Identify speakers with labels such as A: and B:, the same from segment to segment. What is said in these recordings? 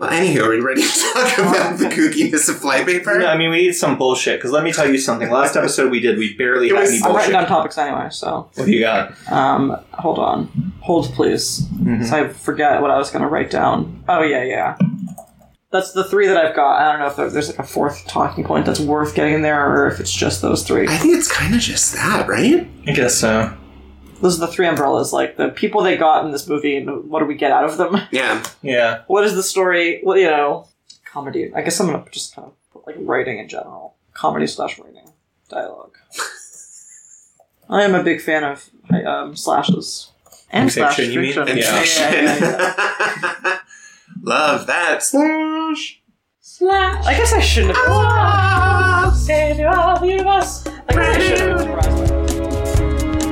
A: Anywho, are we ready to talk about the kookiness of flypaper?
B: No, I mean, we need some bullshit, because let me tell you something. Last episode we did, we barely
A: It
B: had
A: was-
B: any
A: I'm
B: bullshit.
C: writing down topics anyway, so
B: What do you got?
C: um, hold on, hold please,
B: Mm-hmm.
C: so I forget what I was going to write down. Oh yeah, yeah. That's the three that I've got. I don't know if there- there's like a fourth talking point that's worth getting in there, or if it's just those three.
A: I think it's kind of just that, right?
B: I guess so.
C: Those are the three umbrellas, like the people they got in this movie, and what do we get out of them?
A: Yeah.
B: Yeah.
C: what is the story? Well, you know, comedy. I guess I'm gonna just kind of put like writing in general, comedy slash writing, dialogue. I am a big fan of um, slashes and
B: Fiction,
C: slash
B: you mean?
C: fiction.
A: And
B: Yeah.
A: fiction.
C: Yeah, yeah, yeah.
A: Love that slash.
C: Slash. I guess I shouldn't have. Savior of the universe. I guess I shouldn't have. memorized my-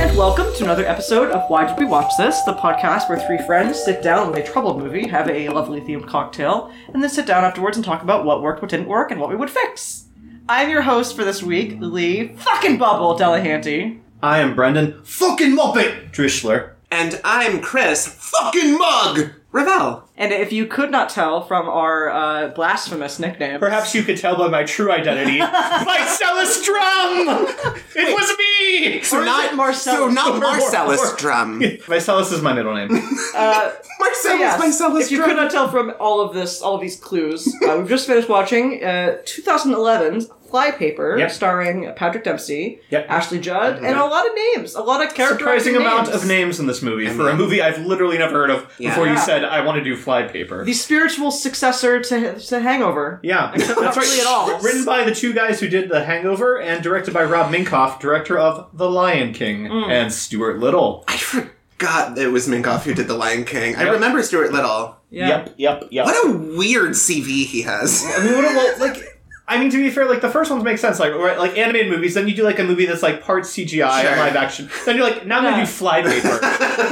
C: And welcome to another episode of Why Did We Watch This, the podcast where three friends sit down with a troubled movie, have a lovely themed cocktail, and then sit down afterwards and talk about what worked, what didn't work, and what we would fix. I'm your host for this week, Lee fucking Bubble Delahanty.
B: I am Brendan fucking Muppet Drishler.
A: And I'm Chris fucking Mug Ravel.
C: And if you could not tell from our uh, blasphemous nickname,
B: Perhaps you could tell by my true identity. Marcellus Drum! It was me!
A: So not
C: Marcellus?
A: So not
B: Or-
A: Marcellus
B: or-
A: Drum.
B: Marcellus is my middle name.
C: uh,
A: Marcellus
C: yes,
A: Marcellus
C: if you
A: Drum.
C: could not tell from all of this, all of these clues, uh, we've just finished watching uh, 2011's Flypaper,
B: Yep.
C: starring Patrick Dempsey,
B: Yep. Mm-hmm.
C: Ashley Judd, and a lot of names, a lot of character.
B: Surprising amount of names in this movie for a movie I've literally never heard of
A: Yeah.
B: before you
C: Yeah.
B: said, I want to do fly paper.
C: The spiritual successor to, to Hangover.
B: Yeah,
C: not really at all.
B: Written by the two guys who did The Hangover and directed by Rob Minkoff, director of The Lion King
C: Mm.
B: and Stuart Little.
A: I forgot that it was Minkoff who did The Lion King. I
B: Yep.
A: remember Stuart Little.
C: Yeah.
B: Yep, yep, yep.
A: What a weird CV he has.
B: I mean, what a, well, like. I mean, to be fair, like the first ones make sense, like right, like animated movies. Then you do like a movie that's like part CGI
A: Sure.
B: and live action. Then you're like, now I'm
C: Yeah.
B: gonna do fly paper.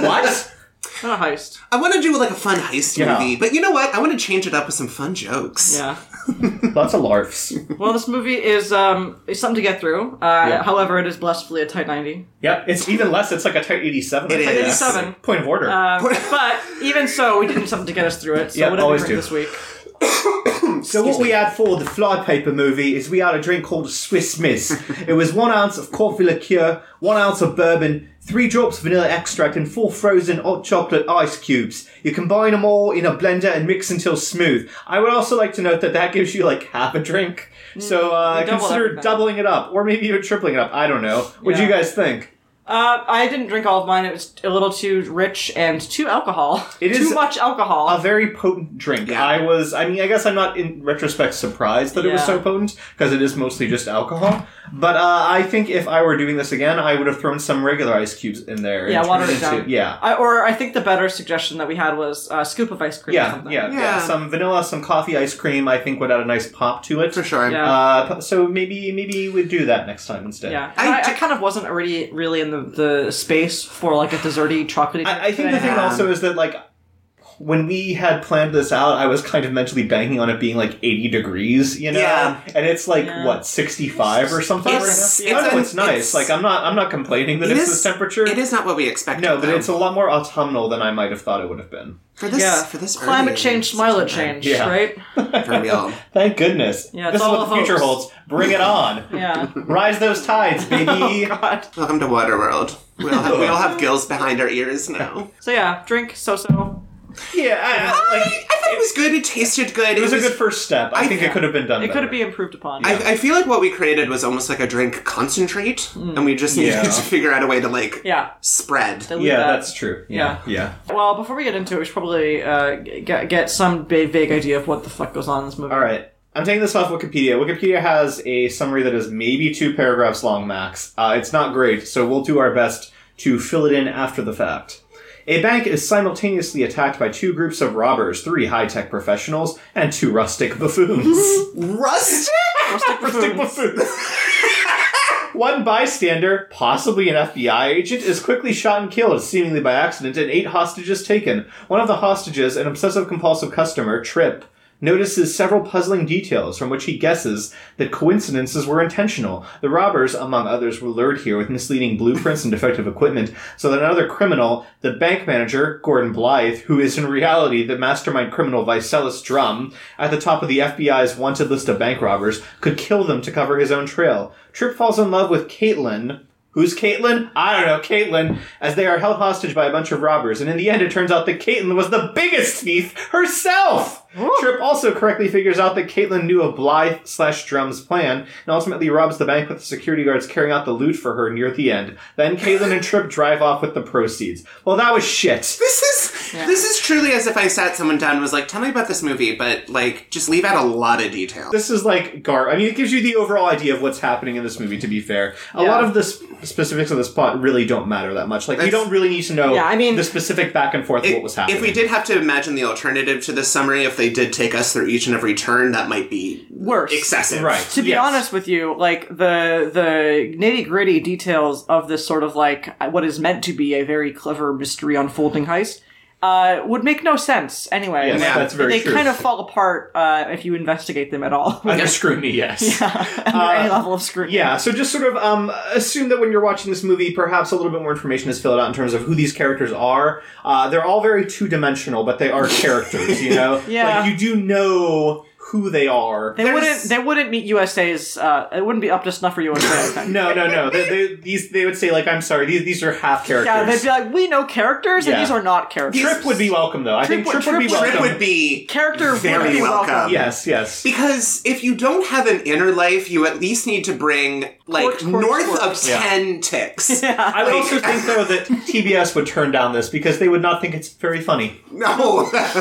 B: what?
C: Not a heist.
A: I want to do like a fun heist
B: Yeah.
A: movie, but you know what? I want to change it up with some fun jokes.
C: Yeah.
B: Lots of larfs.
C: Well, this movie is um is something to get through. Uh,
B: Yeah.
C: However, it is blessfully a tight ninety.
B: Yep, it's even less. It's like a tight eighty-seven.
A: It
B: I think.
A: is.
C: 87.
B: Point of order.
C: Um, but even so, we did something to get us through it. So
B: Yeah,
C: what did we
B: always
C: bring
B: do.
C: this week?
B: So what we had for the flypaper movie is we had a drink called Swiss Miss. it was one ounce of coffee liqueur, one ounce of bourbon, three drops of vanilla extract, and four frozen hot chocolate ice cubes. You combine them all in a blender and mix until smooth. I would also like to note that that gives you like half a drink. So uh,
C: Mm, you double
B: consider
C: everything.
B: doubling it up, or maybe even tripling it up. I don't know. What do you
C: Yeah.
B: guys think?
C: Uh, I didn't drink all of mine. It was a little too rich and too alcohol.
B: It
C: too
B: is
C: much alcohol.
B: a very potent drink.
A: Yeah.
B: I was, I mean, I guess I'm not in retrospect surprised that it was
C: Yeah.
B: so potent because it is mostly just alcohol. But uh, I think if I were doing this again, I would have thrown some regular ice cubes in there. and
C: Yeah,
B: turned
C: watered it
B: into-
C: down.
B: Yeah.
C: I, or I think the better suggestion that we had was uh, scoop of ice cream. or
B: Yeah,
C: something.
B: yeah, yeah,
A: Yeah.
B: Some vanilla, some coffee ice cream. I think would add a nice pop to it.
A: For sure.
C: Yeah.
B: Uh, so maybe maybe we'd do that next time instead.
C: Yeah,
A: I
C: And I, I
A: d-
C: kind of wasn't already really in the, the space for like a desserty chocolatey.
B: I, I think
C: thing.
B: the thing
A: Yeah.
B: also is that like when we had planned this out, I was kind of mentally banking on it being like 80 degrees, you know,
A: Yeah.
B: and it's like
C: Yeah.
B: what 65 or something.
A: It's-
B: right now?
A: it's
B: I know
A: an-
B: it's nice.
A: it's-
B: like I'm not I'm not complaining that
A: It
B: it's
A: is-
B: this temperature.
A: It is not what we expected.
B: no, but
A: though.
B: it's a lot more autumnal than I might have thought it would have been.
A: for this
C: yeah.
A: for this early
C: climate
A: in
C: change, smile at
A: September.
C: change,
B: Yeah.
C: right?
A: For real.
B: Thank goodness.
C: Yeah, it's
B: this is
C: all
B: what
C: a
B: the future
C: hoax.
B: holds. Bring it on.
C: Yeah.
B: Rise those tides,
C: Oh,
B: baby.
A: Welcome to Waterworld. We all have, we all have gills behind our ears now.
C: So yeah, drink so so.
B: yeah, I, I,
A: I, I
B: like
A: thought it was good. It tasted good.
B: it was a good first step. I, think it could have been done.
C: It could
B: better.
C: have been improved upon.
A: I, I feel like what we created was almost like a drink concentrate, and we just needed
B: Mm. Yeah.
A: to figure out a way to like
C: yeah.
A: spread.
C: Delete
B: Yeah,
C: that.
B: that's true. Yeah, yeah.
C: Well, before we get into it, we should probably uh, g- get, get some ba- vague idea of what the fuck goes on in this movie.
B: All right. I'm taking this off Wikipedia. Wikipedia has a summary that is maybe two paragraphs long max. Uh, it's not great, so we'll do our best to fill it in after the fact. A bank is simultaneously attacked by two groups of robbers, three high tech professionals, and two rustic buffoons.
A: Rustic.
B: rustic buffoons. One bystander, possibly an FBI agent, is quickly shot and killed, seemingly by accident, and eight hostages taken. One of the hostages, an obsessive compulsive customer, Trip, notices several puzzling details from which he guesses that coincidences were intentional. The robbers, among others, were lured here with misleading blueprints and defective equipment, so that another criminal, the bank manager, Gordon Blythe, who is in reality the mastermind criminal Vicellus Drum, at the top of the FBI's wanted list of bank robbers, could kill them to cover his own trail. Tripp falls in love with Caitlin, Who's Caitlin? I don't know, Caitlin, as they are held hostage by a bunch of robbers, and in the end it turns out that Caitlin was the biggest thief herself! Tripp also correctly figures out that Caitlin knew of Blythe slash Drum's plan, and ultimately robs the bank with the security guards carrying out the loot for her near the end. Then Caitlin and Tripp drive off with the proceeds. Well, that was shit.
A: This is this is truly as if I sat someone down and was like, "Tell me about this movie," but like, just leave out a lot of detail.
B: This is like gar. I mean, it gives you the overall idea of what's happening in this movie. To be fair, a
C: Yeah.
B: lot of the sp- specifics of this plot really don't matter that much. Like, you
A: That's-
B: don't really need to know.
C: Yeah, I mean-
B: the specific back and forth of what was happening.
A: If we did have to imagine the alternative to this summary, if they did take us through each and every turn, that might be
C: Worse.
A: excessive.
B: Right.
C: to be
B: Yes.
C: honest with you, like the the nitty gritty details of this sort of like what is meant to be a very clever mystery unfolding heist uh, would make no sense anyway.
B: Yes,
C: Like,
B: that's very
C: they
B: true.
C: kind of fall apart uh, if you investigate them at all under
B: Under scrutiny, yes. Yeah.
C: any level of scrutiny.
B: so just sort of um, assume that when you're watching this movie, perhaps a little bit more information is filled out in terms of who these characters are. Uh, they're all very two dimensional, but they are characters, you know?
C: Yeah.
B: Like, you do know who they are.
C: They wouldn't. They wouldn't meet USA's. Uh, it wouldn't be up to snuff for USA. I think.
B: no, no, no. They, they, these, they would say, like, I'm sorry, these, these are half characters.
C: Yeah, they'd be like, we know characters,
B: Yeah.
C: and these are not characters.
B: Trip would be welcome, though. I
C: Trip
B: think
C: would-
B: Trip, would be
C: Trip would-
B: welcome.
A: Trip would be
C: character would
A: Very
C: be welcome.
A: welcome.
B: Yes, yes.
A: Because if you don't have an inner life, you at least need to bring like
C: Court, court,
A: north
C: court.
A: of
B: Yeah.
A: ten ticks.
B: I would also think, though, that TBS would turn down this because they would not think it's very funny.
A: No,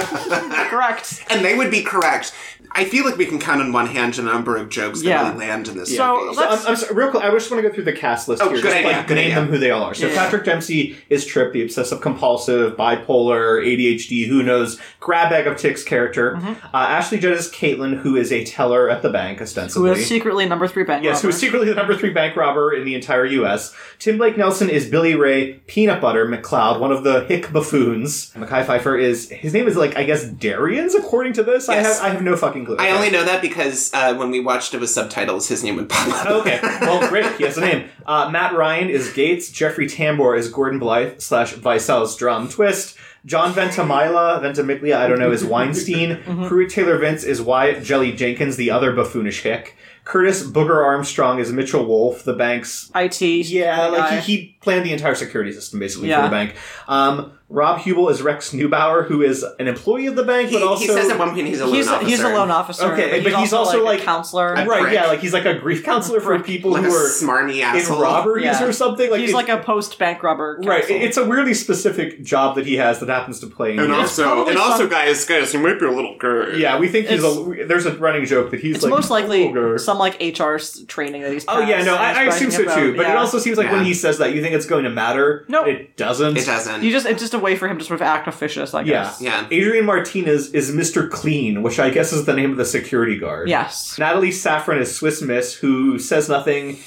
C: Correct.
A: and they would be correct. I feel like we can count on one hand the number of jokes that
C: Yeah.
A: really land in this.
C: So,
A: movie.
C: let's-
B: I'm, I'm sorry, real quick. I just want to go through the cast list
A: Oh,
B: here.
A: good
B: just
A: idea,
B: like
A: good
B: name
A: idea.
B: them who they all are. So
C: Yeah.
B: Patrick Dempsey is Trip, the obsessive compulsive, bipolar, ADHD, who knows, grab bag of ticks character.
C: Mm-hmm.
B: Uh, Ashley Judd is Caitlin, who is a teller at the bank,
C: Who
B: ostensibly.
C: is secretly number three bank
B: Yes, who
C: robber.
B: is secretly the number three bank robber in the entire U.S. Tim Blake Nelson is Billy Ray Peanut Butter McLeod, one of the hick buffoons. Mackay Pfeiffer is his name is like I guess Darian's according to this.
A: Yes.
B: I have I have no fucking clue.
A: I only know that because uh, when we watched it with subtitles, his name would pop up.
B: Okay, well, great. He has a name. Uh, Matt Ryan is Gates. Jeffrey Tambor is Gordon Blythe slash Vicell's drum. Twist. John Ventimiglia, Ventimiglia, I don't know, is Weinstein.
A: Mm-hmm.
B: Pruitt Taylor Vince is Wyatt Jelly Jenkins, the other buffoonish hick. Curtis Booger Armstrong is Mitchell Wolf, the bank's.
C: IT.
B: Yeah,
C: guy.
B: like he, he planned the entire security system basically
C: Yeah.
B: for the bank. Um, Rob Hubel is Rex Neubauer, who is an employee of the bank,
A: He,
B: but also
A: he says at one point he's a loan
C: he's
A: officer.
C: he's a loan officer.
B: Okay,
C: but he's, also, like, a counselor.
B: right,
A: prick.
B: yeah, like he's like a grief counselor for people
A: like a
B: who are
A: smarmy
B: in
A: asshole.
B: robberies
C: Yeah.
B: or something. Like
C: he's
B: it-
C: like a post bank robber. Counsel.
B: right. it- It's a weirdly specific job that he has that happens to play. in
A: And
B: games.
A: also,
C: probably
A: and also,
C: some-
A: guys, guys, you might be a little gay.
B: yeah, we think he's
C: It's-
B: a. we- There's a running joke that he's
C: It's
B: like
C: most likely
B: vulgar.
C: some like HR s- training that he's.
B: Oh yeah,
C: passed
B: no,
C: and
B: I, I
C: he's
B: assume so
C: bragging
B: too.
C: about.
B: But it
C: Yeah.
B: also seems like when
A: Yeah.
B: he says that, you think it's going to matter.
C: No.
B: it doesn't.
A: It doesn't.
C: you just it's just a way for him to sort of act officious, I
B: Yeah.
C: guess.
A: Yeah.
B: Adrian Martinez is Mr. Clean, which I guess is the name of the security guard.
C: Yes.
B: Natalie Saffron is Swiss Miss, who says nothing,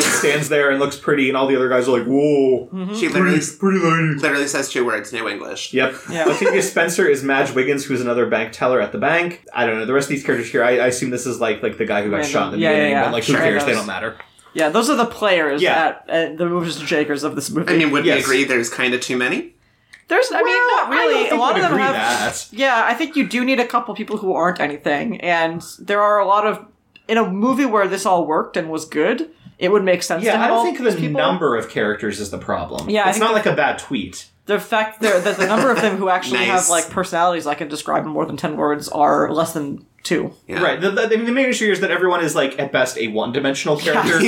B: stands there and looks pretty, and all the other guys are like, "Whoa,
C: Mm-hmm.
A: she literally,
B: pretty lady."
A: literally says two words, no English.
B: Yep.
C: Yeah.
B: Octavia Spencer is Madge Wiggins, who's another bank teller at the bank. I don't know. The rest of these characters here, I, I assume this is like like the guy who got
C: Random.
B: shot in the
C: Yeah, yeah,
B: beginning,
C: yeah.
B: but like
C: Sure.
B: who cares? They
C: Those.
B: don't matter.
C: Yeah, those are the players
B: Yeah.
C: at, at the movers and shakers of this movie.
A: I mean, would
B: Yes.
A: we agree there's kind of too many?
C: there's I mean not really. A lot of them have
B: that.
C: Yeah, I think you do need a couple people who aren't anything, and there are a lot of in a movie where this all worked and was good, it would make sense. to
B: Yeah, I
C: have all
B: don't think the
C: these people.
B: number of characters is the problem.
C: Yeah, I
B: it's
C: think
B: not like a bad tweet.
C: the fact there that the number of them who actually have
A: Nice.
C: like personalities I can describe in more than ten words are less than two.
A: Yeah.
B: Right. The, the, I mean, the main issue here is that everyone is like at best a one-dimensional character.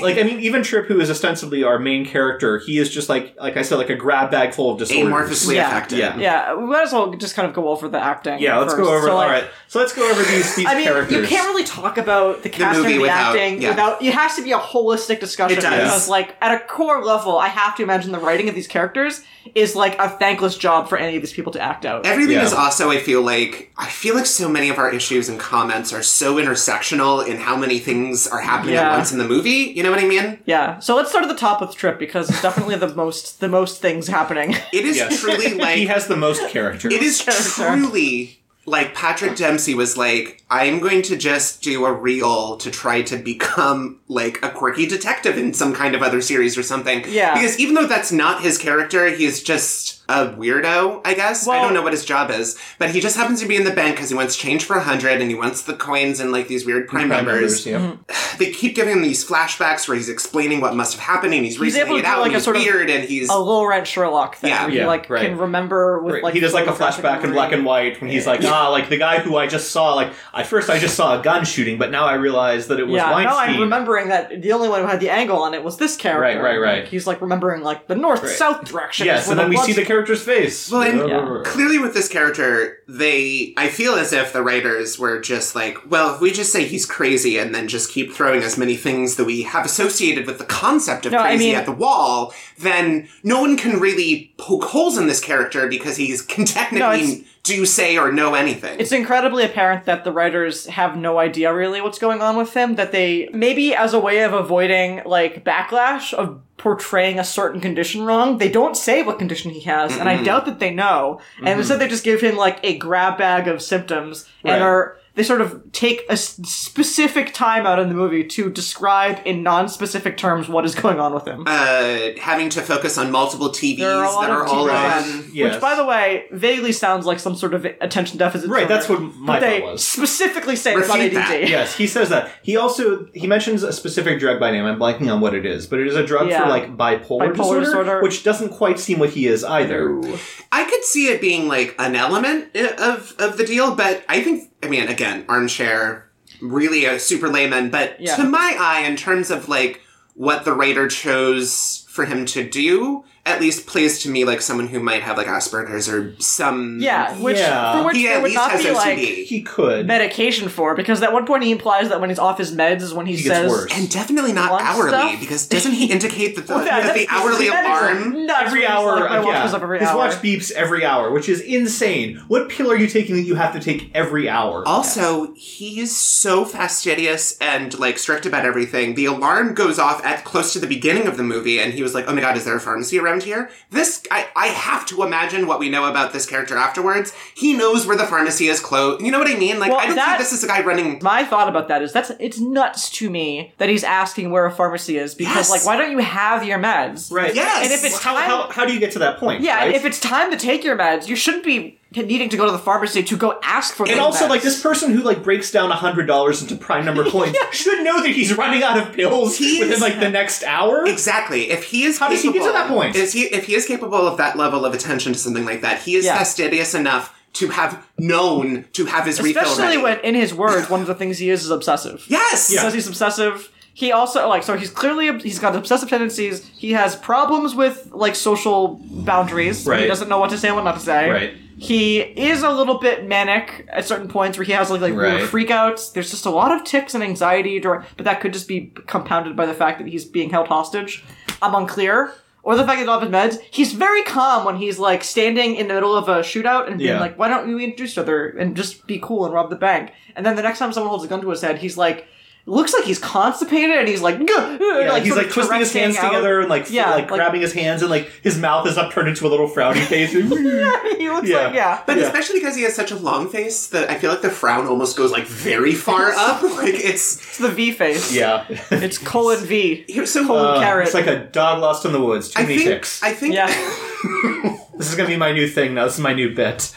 B: like, I mean, even Trip, who is ostensibly our main character, he is just like, like I said, like a grab bag full of disorders.
A: Amorphously
C: Yeah.
A: affected.
B: Yeah.
C: Yeah, we might as well just kind of go over the acting.
B: Yeah, let's
C: first.
B: go over.
C: So, like,
B: all right, so let's go over these these
C: I mean,
B: characters.
C: you can't really talk about the casting
A: movie
C: and the
A: without-
C: acting
A: yeah.
C: without. It has to be a holistic discussion
A: It does.
C: because, like, at a core level, I have to imagine the writing of these characters is like a thankless job for any of these people to act out.
A: Everything
B: Yeah.
A: is also, I feel like, I feel like so many of our issues and comments are so intersectional in how many things are happening
C: Yeah.
A: at once in the movie. You know what I mean?
C: yeah, so let's start at the top with Trip because it's definitely the most the most things happening.
A: It is
B: Yes.
A: truly like
B: He has the most characters.
A: it is
C: Character.
A: truly like Patrick Dempsey was like, I'm going to just do a reel to try to become like a quirky detective in some kind of other series or something.
C: Yeah.
A: Because even though that's not his character, he's just a weirdo, I guess. I
C: Well-
A: don't know what his job is, but he just happens to be in the bank because he wants change for a hundred and he wants the coins and like these weird prime, members.
D: yeah.
C: Mm-hmm.
A: They keep giving him these flashbacks where he's explaining what must have happened and he's, reasoning
C: able to
A: it
C: do,
A: out
C: like,
A: and
C: a
A: he's
C: sort of-
A: weird and he's
C: a little Rent Sherlock thing.
A: Yeah.
C: where you
D: Yeah,
C: like
D: right.
C: can remember with
D: Right,
C: like
D: he does like a
C: photographic
D: flashback in
C: memory.
D: black and white when he's like, ah, like the guy who I just saw. Like at first, I just saw a gun shooting, but now I realize that it was
C: Yeah, now
D: Weinstein.
C: I'm remembering that the only one who had the angle on it was this character.
D: Right, right, right.
C: Like, he's like remembering like the north
D: Right.
C: south direction. is
D: yes,
C: where
D: and then we
C: blood-
D: see the character's face.
A: Well, and-
C: Yeah.
A: Clearly, with this character, they. I feel as if the writers were just like, well, if we just say he's crazy and then just keep throwing as many things that we have associated with the concept of
C: No, I
A: crazy
C: mean-
A: at the wall, then no one can really poke holes in this character because he can technically
C: it's-
A: do, say, or know anything.
C: It's incredibly apparent that the writers have no idea really what's going on with him. That they maybe as a way of avoiding like backlash of portraying a certain condition wrong, they don't say what condition he has, and I doubt that they know. And instead, they just give him like a grab bag of symptoms and
D: Right.
C: are. They sort of take a s- specific time out in the movie to describe in non-specific terms what is going on with him.
A: uh, having to focus on multiple TVs
C: There are a lot
A: that are
C: of
A: all
C: TVs.
A: on.
D: Yes.
C: Which, by the way, vaguely sounds like some sort of attention deficit.
D: Right,
C: disorder,
D: that's what my
C: but they
D: thought was.
C: specifically say it's not
A: Refute that.
C: ADD.
D: yes, he says that. He also he mentions a specific drug by name. I'm blanking on what it is, but it is a drug
C: Yeah.
D: for like bipolar,
C: Bipolar
D: disorder,
C: disorder.
D: which doesn't quite seem what he is either.
A: I could see it being like an element i- of of the deal, but I think I mean again, armchair really a super layman, but
C: Yeah.
A: to my eye, in terms of like what the writer chose for him to do, at least plays to me like someone who might have like Asperger's or some
C: Yeah, which
D: Yeah.
C: for which
A: He
C: there
A: at
C: would
A: least
C: not
A: has
C: be like
A: OCD.
D: He could.
C: medication for because at one point he implies that when he's off his meds is when he,
D: He gets
C: says
D: worse.
A: and definitely not
C: Wants
A: hourly
C: stuff?
A: because doesn't he indicate that the,
C: Well, that-
A: that the
C: that-
A: hourly
C: that is
A: alarm?
C: nuts.
D: Every
C: He's
D: hour,
C: like, my watch
D: yeah.
C: goes up every
D: his
C: hour.
D: watch beeps every hour, which is insane. What pill are you taking that you have to take every hour?
A: Oh, Also, he's so fastidious and like strict about everything. The alarm goes off at close to the beginning of the movie, and he was like, "Oh my god, is there a pharmacy around here?" This, I, I have to imagine what we know about this character afterwards. He knows where the pharmacy is close. You know what I mean? Like,
C: Well,
A: I don't
C: that-
A: think this is a guy running.
C: my thought about that is that's it's nuts to me that he's asking where a pharmacy is because
A: Yes.
C: like why don't you have your meds
D: right?
A: Yes.
C: and if it's
D: How,
C: time
D: how, how do you get to that point?
C: yeah and
D: right?
C: if it's time to take your meds you shouldn't be needing to go to the pharmacy to go ask for
D: and
C: those
D: also,
C: meds.
D: like this person who like breaks down hundred dollars into prime number coins should know that he's running out of pills
A: He is-
D: within like the next hour.
A: Exactly. If he is
D: How does he
A: capable,
D: get to that point?
A: Is he if he is capable of that level of attention to something like that? He is
C: Yeah.
A: fastidious enough to have known to have his refill
C: especially
A: ready.
C: when in his words one of the things he is is obsessive
A: yes.
C: because he's obsessive. He also like so he's clearly he's got obsessive tendencies. He has problems with like social boundaries. He
D: Right.
C: doesn't know what to say and what not to say.
D: Right.
C: He is a little bit manic at certain points where he has like like weird
D: Right.
C: freakouts. There's just a lot of tics and anxiety, during, but that could just be compounded by the fact that he's being held hostage. I'm unclear. Or the fact that he's off his meds, he's very calm when he's like standing in the middle of a shootout and being
D: Yeah.
C: like, "Why don't we introduce each other and just be cool and rob the bank?" And then the next time someone holds a gun to his head, he's like, looks like he's constipated and he's like,
D: Yeah, he's
C: sort of
D: like twisting his
C: directing
D: hands
C: out.
D: together and like f-
C: Yeah,
D: like,
C: like-
D: grabbing his hands and like his mouth is up turned into a little frowny face.
C: he looks
D: Yeah.
C: like yeah.
A: But
D: Yeah.
A: especially because he has such a long face that I feel like the frown almost goes like very far up. Like it's
C: It's the V face.
D: yeah,
C: It's colon V.
A: here's so
C: Cold
D: Uh,
C: carrot.
D: It's like a dog lost in the woods. Too
A: I
D: many
A: think
D: ticks.
A: I think
C: Yeah.
D: This is gonna be my new thing now. This is my new bit.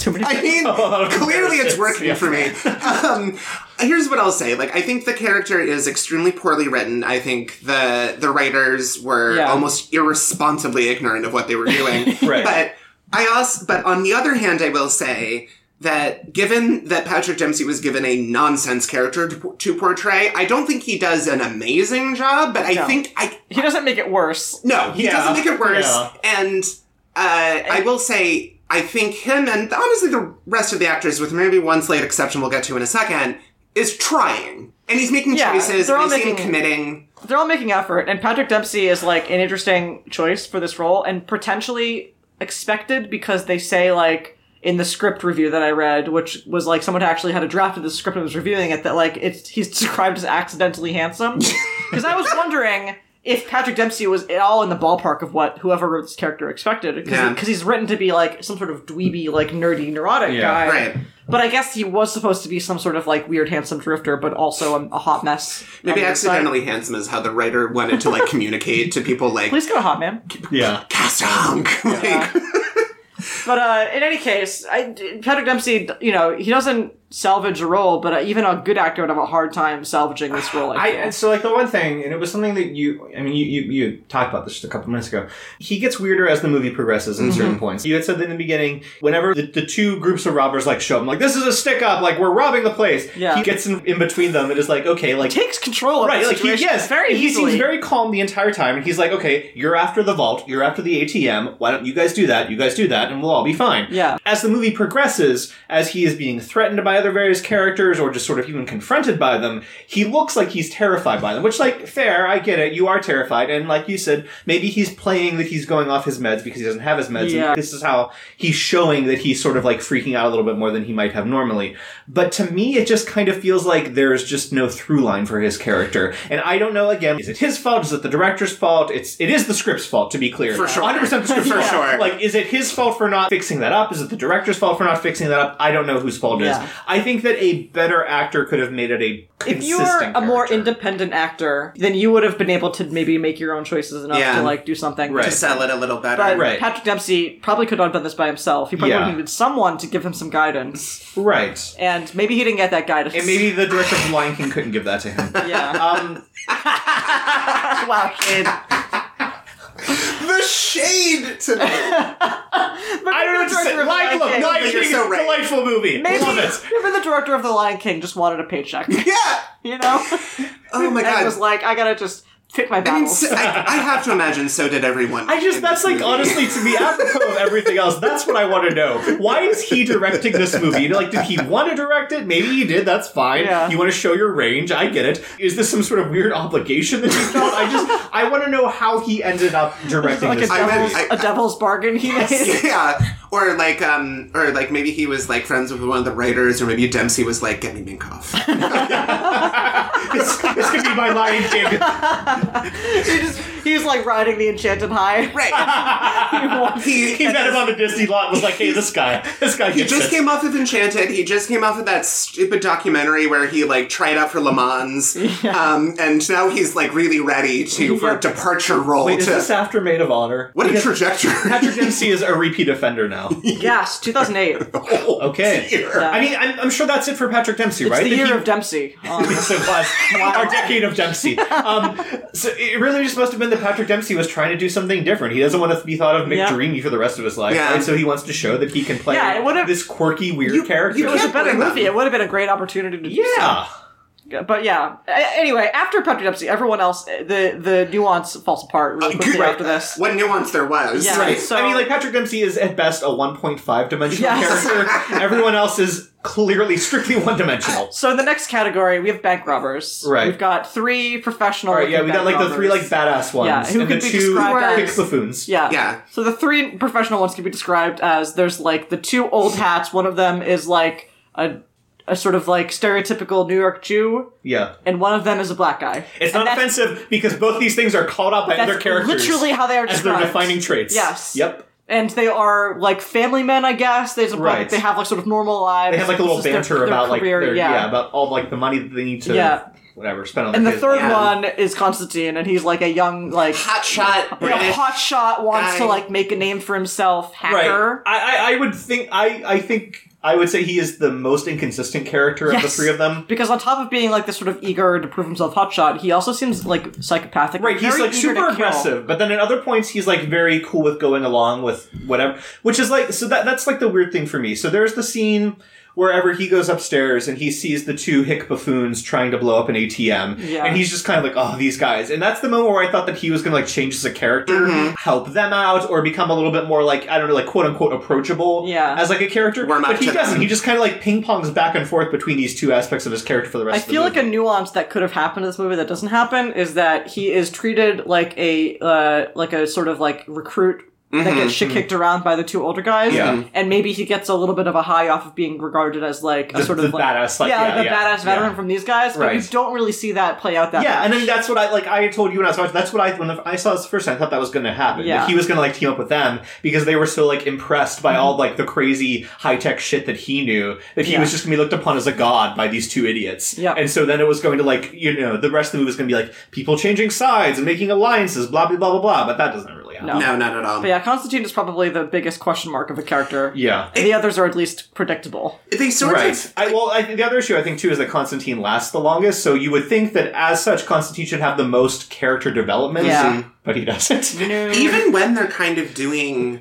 C: Too many.
A: I mean,
D: Oh,
A: clearly it's
D: embarrassing.
A: working
D: Yeah.
A: for me. Um, here's what I'll say: like, I think the character is extremely poorly written. I think the the writers were
C: Yeah.
A: almost irresponsibly ignorant of what they were doing.
D: Right.
A: But I also, but on the other hand, I will say that given that Patrick Dempsey was given a nonsense character to, to portray, I don't think he does an amazing job. But I
C: No.
A: think I
C: he doesn't make it worse.
A: No, he
D: Yeah,
A: doesn't make it worse.
D: yeah.
A: And uh, I will say, I think him and honestly the rest of the actors, with maybe one slight exception we'll get to in a second, is trying. And he's making
C: Yeah,
A: choices,
C: they're
A: and
C: all
A: they seem
C: making-
A: committing.
C: They're all making effort, and Patrick Dempsey is like an interesting choice for this role, and potentially expected because they say like in the script review that I read, which was like someone actually had a draft of the script and was reviewing it, that like it's he's described as accidentally handsome. Because I was wondering if Patrick Dempsey was at all in the ballpark of what whoever wrote this character expected, because
A: Yeah.
C: he's written to be like some sort of dweeby, like nerdy, neurotic
B: Yeah.
C: guy.
A: Right.
C: But I guess he was supposed to be some sort of like weird, handsome drifter, but also a, a hot mess.
A: Maybe
C: on the inside.
A: accidentally handsome is how the writer wanted to like communicate to people like
C: Please go to hot man.
B: Yeah.
A: cast hunk. Like,
C: But uh, in any case, I, Patrick Dempsey, you know, he doesn't salvage a role, but uh, even a good actor would have a hard time salvaging this role. I,
B: I
C: feel.
B: and so like the one thing, and it was something that you, I mean, you you, you talked about this just a couple minutes ago. He gets weirder as the movie progresses in certain
D: Mm-hmm.
B: points. You had said in the beginning, whenever the, the two groups of robbers like show up, like this is a stick up, like we're robbing the place.
C: Yeah.
B: He gets in, in between them and is like, okay, like
C: takes control of
B: right,
C: the
B: like he
C: situation
B: yes,
C: very
B: he
C: easily.
B: seems very calm the entire time, and he's like, okay, you're after the vault, you're after the ATM. Why don't you guys do that? You guys do that, and we'll all be fine.
C: Yeah.
B: As the movie progresses, as he is being threatened by other various characters or just sort of even confronted by them, he looks like he's terrified by them, which, like, fair, I get it. You are terrified. And like you said, maybe he's playing that he's going off his meds because he doesn't have his meds.
C: Yeah.
B: And this is how he's showing that he's sort of like freaking out a little bit more than he might have normally. But to me, it just kind of feels like there's just no through line for his character. And I don't know, again, is it his fault? Is it the director's fault? It's, it is the script's fault, to be clear.
A: For sure.
B: 100% the script's
A: For
B: fault.
A: sure.
B: Like, like, is it his fault for not fixing that up? Is it the director's fault for not fixing that up? I don't know whose fault it is.
C: Yeah.
B: I think that a better actor could have made it a consistent
C: if you were a more
B: character.
C: independent actor, then you would have been able to maybe make your own choices enough
A: Yeah.
C: to like do something.
B: Right.
A: to sell it a little better.
C: But
B: Right.
C: Patrick Dempsey probably could not have done this by himself. He probably
B: Yeah.
C: would have needed someone to give him some guidance,
B: right,
C: and maybe he didn't get that guidance.
B: and maybe the director of Lion King couldn't give that to him.
C: yeah.
B: Um,
C: wow, kid.
A: The shade today.
B: I don't know what to say. Lion, look,
C: King.
B: Lion
A: You're
B: King is
A: so
B: a
A: right.
B: delightful movie.
C: Maybe,
B: Love it.
C: maybe the director of The Lion King just wanted a paycheck,
A: yeah.
C: you know?
A: Oh my
C: and was
A: god.
C: like, I gotta just pick
A: I
C: my
A: mean,
C: battles.
A: so- I, I have to imagine so did everyone.
B: I just
A: in
B: that's
A: this
B: like
A: movie.
B: honestly to me apropos of everything else. That's what I want to know. Why is he directing this movie? You know, Like, did he want to direct it? Maybe he did. That's fine.
C: Yeah.
B: You want to show your range? I get it. Is this some sort of weird obligation that he felt? I just I want to know how he ended up directing
C: like a
B: this.
A: I meant-
C: devil's,
A: I-
C: a devil's bargain he made.
A: yeah. Or like, um, or like maybe he was like friends with one of the writers, or maybe Dempsey was like, "Get me Minkoff."
B: this, this could be my Lion King.
C: he just, he's like riding the enchanted high.
A: right.
C: He wants-
A: He,
B: He met him on the Disney lot. Was like, hey, this guy, this guy
A: he
B: gets
A: just
B: it.
A: came off of Enchanted. He just came off of that stupid documentary where he like tried out for Le Mans, um, and now he's like really ready to for a departure role.
B: Wait,
A: to,
B: is this after Maid of Honor?
A: what a trajectory!
B: Patrick Dempsey is a repeat offender now.
C: yes, 2008. It's
B: Okay.
A: Dear.
B: I mean, I'm, I'm sure that's it for Patrick Dempsey, right?
C: the
B: That
C: year
B: he-
C: of Dempsey. Um,
B: Yes, it was. Our decade of Dempsey. Um, so it really just must have been that Patrick Dempsey was trying to do something different. He doesn't want to be thought of
C: Yeah.
B: McDreamy for the rest of his life,
A: Yeah.
B: right? So he wants to show that he can play
C: Yeah, it would've-
B: this quirky, weird
A: You-
B: character.
A: you
C: it was a
A: can't
C: better
A: blame
C: movie.
A: them.
C: It would have been a great opportunity to do so.
B: yeah.
C: But yeah. A- Anyway, after Patrick Dempsey, everyone else, the the nuance falls apart
B: Uh,
C: really quickly
A: right.
C: after this.
A: What nuance there was.
C: Yeah.
B: Right.
C: So-
B: I mean, like Patrick Dempsey is at best a 1.5 dimensional
C: Yes.
B: character. Everyone else is clearly strictly one dimensional.
C: So the next category, we have bank robbers.
B: Right.
C: We've got three professional.
B: All right, yeah, we got like the three like badass ones,
C: Yeah, who
B: and
C: could
B: the
C: be
B: two
C: described as-
B: Pixlafoons.
C: Yeah.
A: Yeah.
C: So the three professional ones can be described as there's like the two old hats. One of them is like a a sort of like stereotypical New York Jew,
B: yeah.
C: and one of them is a black guy.
B: It's
C: And
B: not
C: that's-
B: offensive because both these things are called out by
C: That's
B: other characters.
C: literally how they are
B: as their
C: described.
B: defining traits.
C: Yes.
B: Yep.
C: And they are like family men, I guess. There's a
B: Right.
C: they have like sort of normal lives.
B: They have like a little
C: This is their-
B: banter
C: their
B: about like
C: career,
B: their, yeah. about all like the money that they need to
C: Yeah.
B: whatever spend on
C: and the
B: their
C: third
A: Yeah.
C: one is Constantine, and he's like a young like
A: Hot shot.
C: you know, hotshot wants to
A: guy.
C: like make a name for himself, hacker.
B: right. I, I I would think I I think I would say he is the most inconsistent character of the
C: Yes.
B: three of them.
C: Because on top of being like this sort of eager to prove himself hotshot, he also seems like psychopathic.
B: Right, he's
C: very
B: like
C: eager
B: super
C: to kill.
B: aggressive, but then at other points he's like very cool with going along with whatever, which is like so that that's like the weird thing for me. So there's the scene wherever he goes upstairs and he sees the two hick buffoons trying to blow up an ATM,
C: Yeah.
B: and he's just kind of like, oh, these guys, and that's the moment where I thought that he was gonna like change as a character,
C: Mm-hmm.
B: help them out, or become a little bit more like I don't know, like quote unquote approachable,
C: Yeah.
B: as like a character.
A: Warm up
B: but he
A: to them.
B: doesn't. He just kind of like ping pongs back and forth between these two aspects of his character for the rest.
C: I
B: of the
C: feel
B: movie.
C: like a nuance that could have happened in this movie that doesn't happen is that he is treated like a uh, like a sort of like recruit that gets shit kicked around by the two older guys.
B: Mm-hmm, Yeah.
C: And maybe he gets a little bit of a high off of being regarded as like a
B: The-
C: sort
B: the
C: of like,
B: badass, like,
C: yeah,
B: yeah,
C: like the
B: yeah,
C: badass veteran
B: yeah.
C: from these guys. But you
B: Right.
C: don't really see that play out that
B: Yeah,
C: much.
B: and then that's what I like. I told you when I was watching. That's what I when I saw this the first time. I thought that was going to happen.
C: Yeah. Mm-hmm.
B: That he was going to like team up with them because they were so like impressed by all like the crazy high tech shit that he knew that he
C: Yeah.
B: was just going to be looked upon as a god by these two idiots.
C: Yeah.
B: And so then it was going to like you know the rest of the movie was going to be like people changing sides and making alliances, blah blah blah blah blah. But that doesn't really happen.
A: No,
C: No.
A: not at all.
C: But yeah, Constantine is probably the biggest question mark of a character.
B: Yeah.
C: The others are at least predictable.
A: They sort
B: Right.
A: of.
B: I, well, I, think the other issue I think too is that Constantine lasts the longest, so you would think that as such, Constantine should have the most character development.
C: Yeah.
B: But he doesn't.
A: even when they're kind of doing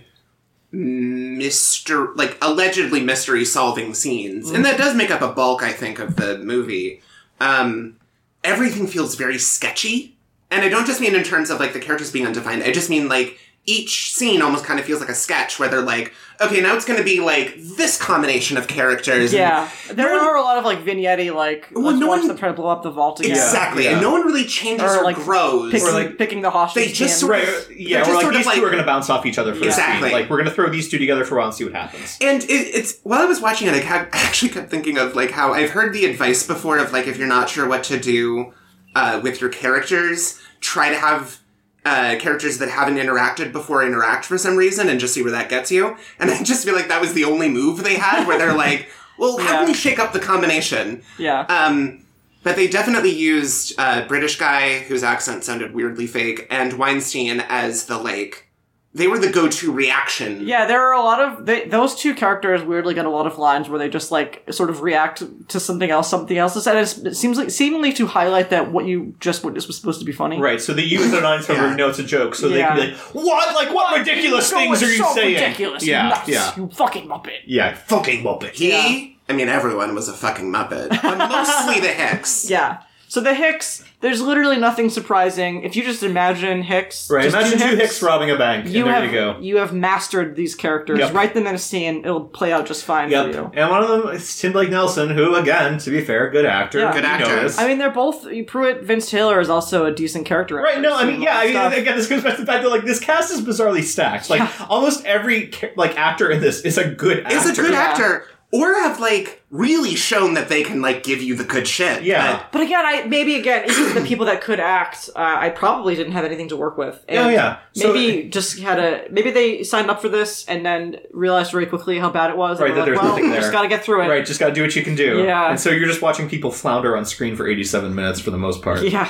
A: mystery, like allegedly mystery solving scenes, and that does make up a bulk, I think, of the movie. Um, everything feels very sketchy, and I don't just mean in terms of like the characters being undefined. I just mean like each scene almost kind of feels like a sketch where they're like, okay, now it's going to be like this combination of characters. and
C: Yeah, there
A: No one-
C: are a lot of like vignette like
A: Well,
C: let's
A: no
C: watch
A: one-
C: them try to blow up the vault again.
A: Exactly,
B: Yeah.
A: and no one really changes
C: Or
A: or,
C: like
A: grows.
C: Picking,
B: Or, like,
C: picking the hostage.
A: they just
C: hand.
A: sort of-
B: Right. Yeah.
A: They're
B: We're
A: just
B: like
A: sort of
B: these
A: like-
B: two are going to bounce off each other for a
A: Exactly.
B: scene. Like we're going to throw these two together for a while and see what happens.
A: And it, it's while I was watching it, I kept, I actually kept thinking of like how I've heard the advice before of like if you're not sure what to do uh, with your characters, try to have uh, characters that haven't interacted before interact for some reason, and just see where that gets you. And I just feel like that was the only move they had where they're like, "Well, how
C: Yeah.
A: can we shake up the combination?"
C: yeah.
A: Um, but they definitely used a British guy whose accent sounded weirdly fake and Weinstein as the lake. They were the go-to reaction.
C: Yeah, there are a lot of they, those two characters. Weirdly, get a lot of lines where they just like sort of react to something else, something else is said. It's- It seems like seemingly to highlight that what you just witnessed was supposed to be funny.
B: Right. So they use their lines
A: Yeah.
B: to know it's a joke. So
C: Yeah.
B: they can be like, "What? Like what ridiculous
C: So
B: things
C: it's
B: are you
C: so
B: saying?"
C: Ridiculous. you
B: Yeah.
C: nuts,
B: Yeah.
C: You fucking muppet.
B: Yeah. Fucking muppet.
A: He, I mean, everyone was a fucking Muppet, but mostly the Hicks.
C: Yeah. So the Hicks, there's literally nothing surprising. If you just imagine Hicks,
B: Right.
C: just
B: Imagine two Hicks robbing a bank.
C: you
B: and there
C: have
B: you go.
C: have mastered these characters.
B: Yep.
C: Write them in a scene; it'll play out just fine for you.
B: Yep. And one of them is Tim Blake Nelson, who again, to be fair, good actor.
C: Yeah. Good
B: You know
A: actor.
B: this.
C: I mean, they're both Pruitt. Vince Taylor is also a decent character.
B: Right, no, I mean, yeah, I mean,
C: Stuff.
B: again, this goes back to the fact that, like, this cast is bizarrely stacked. Like, almost every, ca- like, actor in this is a good actor.
A: Is a good
C: Yeah.
A: actor, or have, like, really shown that they can, like, give you the good shit.
B: Yeah.
C: But again, I maybe again even the people that could act, uh, I probably didn't have anything to work with. And
B: Oh, yeah. So-
C: maybe just had a maybe they signed up for this and then realized very quickly how bad it was.
B: Right,
C: and were
B: that there's
C: like, well,
B: nothing
C: we just
B: there.
C: got to get through it.
B: Right, just gotta do what you can do.
C: Yeah.
B: And so you're just watching people flounder on screen for 87 minutes for the most part.
C: Yeah.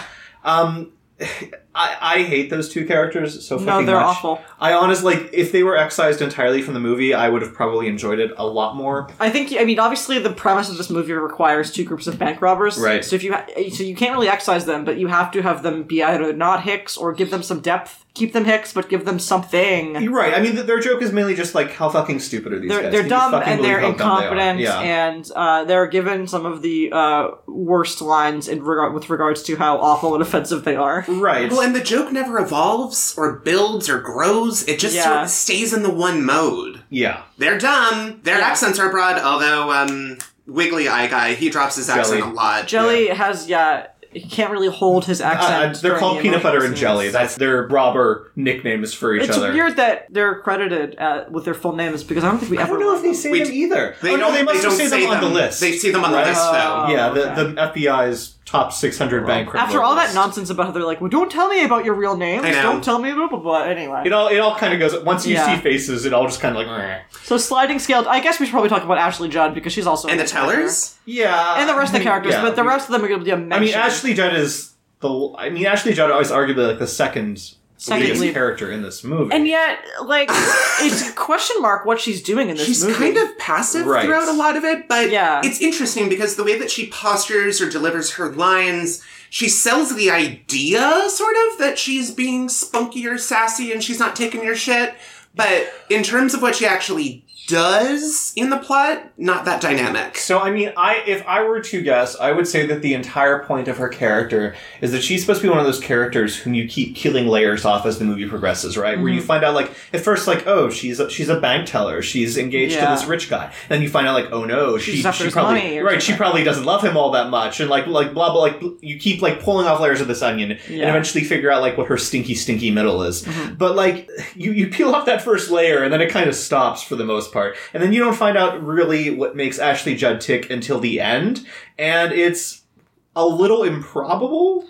B: I, I hate those two characters so fucking much.
C: they're awful.
B: I honestly, like, if they were excised entirely from the movie, I would have probably enjoyed it a lot more.
C: I think I mean obviously the premise of this movie requires two groups of bank robbers.
B: Right.
C: So if you ha- so you can't really excise them, but you have to have them be either not Hicks or give them some depth. Keep them Hicks, but give them something.
B: You're right. I mean, th- their joke is mainly just like, how fucking stupid are these
C: They're,
B: guys?
C: they're
B: Can you
C: dumb
B: fucking
C: and
B: believe
C: they're
B: how dumb they are?
C: incompetent,
B: Yeah.
C: and uh, they're given some of the uh, worst lines in regard with regards to how awful and offensive they are.
B: right.
A: Well, and the joke never evolves, or builds, or grows. It just sort
C: Yeah.
A: of stays in the one mode.
B: yeah.
A: They're dumb. Their
C: Yeah.
A: accents are broad, although, um, Wiggly Eye Guy, he drops his accent
B: Jelly.
A: a lot.
C: Jelly has yeah, he can't really hold his
B: Uh,
C: accent.
B: they're
C: during
B: called
C: the
B: peanut butter
C: emotional
B: and jelly.
C: scenes.
B: That's their robber nicknames for each
C: It's
B: other.
C: weird that they're credited uh, with their full names because I don't think we
B: I
C: ever.
B: don't know if
C: learned
B: they
C: them.
B: say
A: We-
B: them either.
A: They
B: oh
A: don't,
B: no, they must
A: they
B: have
A: don't
B: say them on the list.
A: They see them on
B: Right.
A: the list, though. Oh.
C: Oh,
B: yeah, the,
C: okay.
B: the FBI's top 600 bank criminals.
C: After all that nonsense about how they're like, well, don't tell me about your real names.
A: I know.
C: Don't tell me blah blah blah. Anyway,
B: It all, it all kind of goes, once you
C: Yeah.
B: see faces, it all just kind of like, meh.
C: so sliding scale. I guess we should probably talk about Ashley Judd because she's also
A: And
C: a
A: the tellers?
B: yeah.
C: and the rest of the characters,
B: Uh, Yeah.
C: but the rest of them are going to be a
B: I mean, Ashley Judd is the, I mean, Ashley Judd is arguably like the second
C: Second
B: leading
C: lead.
B: character in this movie.
C: And yet, like, it's a question mark what she's doing in this
A: She's
C: movie.
A: kind of passive
B: Right.
A: throughout a lot of it, but
C: Yeah.
A: it's interesting because the way that she postures or delivers her lines, she sells the idea, sort of, that she's being spunky or sassy and she's not taking your shit. But in terms of what she actually does in the plot, not that dynamic.
B: So I mean, I if I were to guess, I would say that the entire point of her character is that she's supposed to be one of those characters whom you keep peeling layers off as the movie progresses, right? Where
C: Mm-hmm.
B: you find out like at first like oh she's a, she's a bank teller, she's engaged
C: Yeah.
B: to this rich guy, then you find out like oh no she
C: just after
B: she
C: his money
B: probably
C: or
B: right she
C: something.
B: probably doesn't love him all that much, and like like blah blah like you keep like pulling off layers of this onion
C: Yeah. Mm-hmm.
B: and eventually figure out like what her stinky stinky middle is. But like you you peel off that first layer and then it kind of stops for the most part, and then you don't find out really what makes Ashley Judd tick until the end, and it's a little improbable.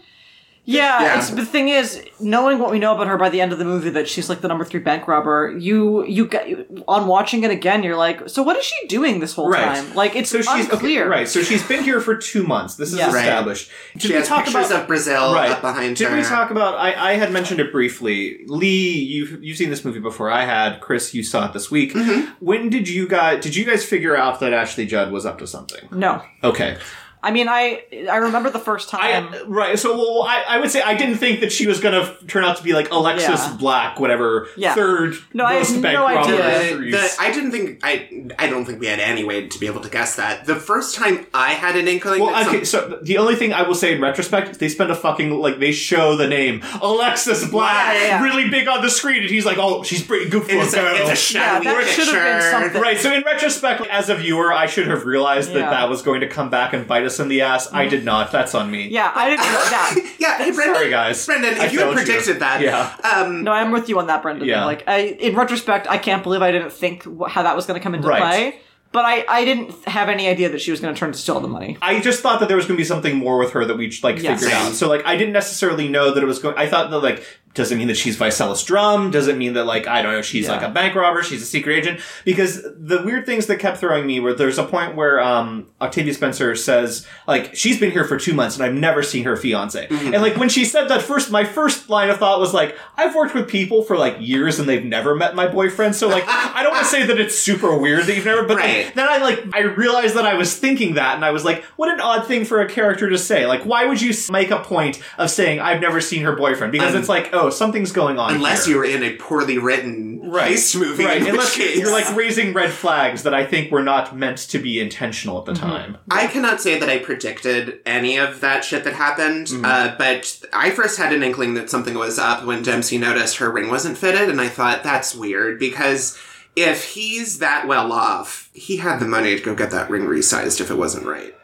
C: Yeah,
A: Yeah.
C: It's, the thing is, knowing what we know about her by the end of the movie, that she's like the number three bank robber. You, you get on watching it again. You're like, so what is she doing this whole
B: Right.
C: time? Like, it's
B: So she's okay,
C: unclear.
B: right? So she's been here for two months. This is
C: Yeah.
A: Right.
B: established. Did
A: she
B: we
A: has
B: talk
A: pictures
B: about
A: of Brazil
B: right.
A: up behind
B: Did
A: her.
B: we talk about? I, I had mentioned it briefly. Lee, you've you've seen this movie before. I had Chris. You saw it this week.
A: Mm-hmm.
B: When did you guys did you guys figure out that Ashley Judd was up to something?
C: No,
B: Okay,
C: I mean, I I remember the first
B: I,
C: time.
B: right. So well, I, I would say I didn't think that she was going to turn out to be like Alexis
C: Yeah.
B: Black, whatever
C: Yeah.
B: third
C: No, I had
B: most bank
C: no
B: robber.
C: idea.
A: Yeah,
B: series.
A: the- I didn't think I. I don't think we had any way to be able to guess that. The first time I had an inkling, that
B: well,
A: some-
B: okay. So the only thing I will say in retrospect, is they spend a fucking like they show the name Alexis Black
C: Yeah, yeah.
B: really big on the screen, and he's like, "Oh, she's pretty good for
A: it's,
B: girl."
A: a, it's a
C: Yeah,
A: shadowy
C: that
A: picture.
C: should have been something.
B: Right, so in retrospect, like, as a viewer, I should have realized that
C: Yeah.
B: that was going to come back and bite us in the ass. I did not. That's on me.
C: yeah, I didn't know that.
A: Yeah, hey, Brendan.
B: Sorry, guys.
A: Brendan, if
B: I
A: you had
B: failed
A: predicted that,
B: Yeah.
A: um,
C: No, I'm with you on that, Brendan.
B: Yeah.
C: Like, I, in retrospect, I can't believe I didn't think wh- how that was going to come into
B: Right.
C: play. But I, I didn't have any idea that she was going to turn to steal the money.
B: I just thought that there was going to be something more with her that we like
C: Yeah.
B: figured out. So like, I didn't necessarily know that it was going. I thought that like, does it mean that she's Vicelis Drum? Does it mean that like, I don't know, she's
C: Yeah.
B: like a bank robber? She's a secret agent? Because the weird things that kept throwing me were there's a point where um Octavia Spencer says like she's been here for two months and I've never seen her fiance. And like when she said that first, my first line of thought was like, I've worked with people for like years and they've never met my boyfriend. So like, I don't want to say that it's super weird that you've never, but like,
A: Right.
B: then I like I realized that I was thinking that, and I was like, "What an odd thing for a character to say! Like, why would you s- make a point of saying I've never seen her boyfriend?" Because
A: Um,
B: it's like, oh, something's going on.
A: unless
B: here.
A: you were in a poorly written
B: Right.
A: heist movie,
B: right,
A: in which
B: unless
A: case,
B: you're like raising red flags that I think were not meant to be intentional at the
A: Mm-hmm.
B: time.
A: I cannot say that I predicted any of that shit that happened,
B: Mm-hmm.
A: uh, but I first had an inkling that something was up when Dempsey noticed her ring wasn't fitted, and I thought that's weird because if he's that well off, he had the money to go get that ring resized if it wasn't right.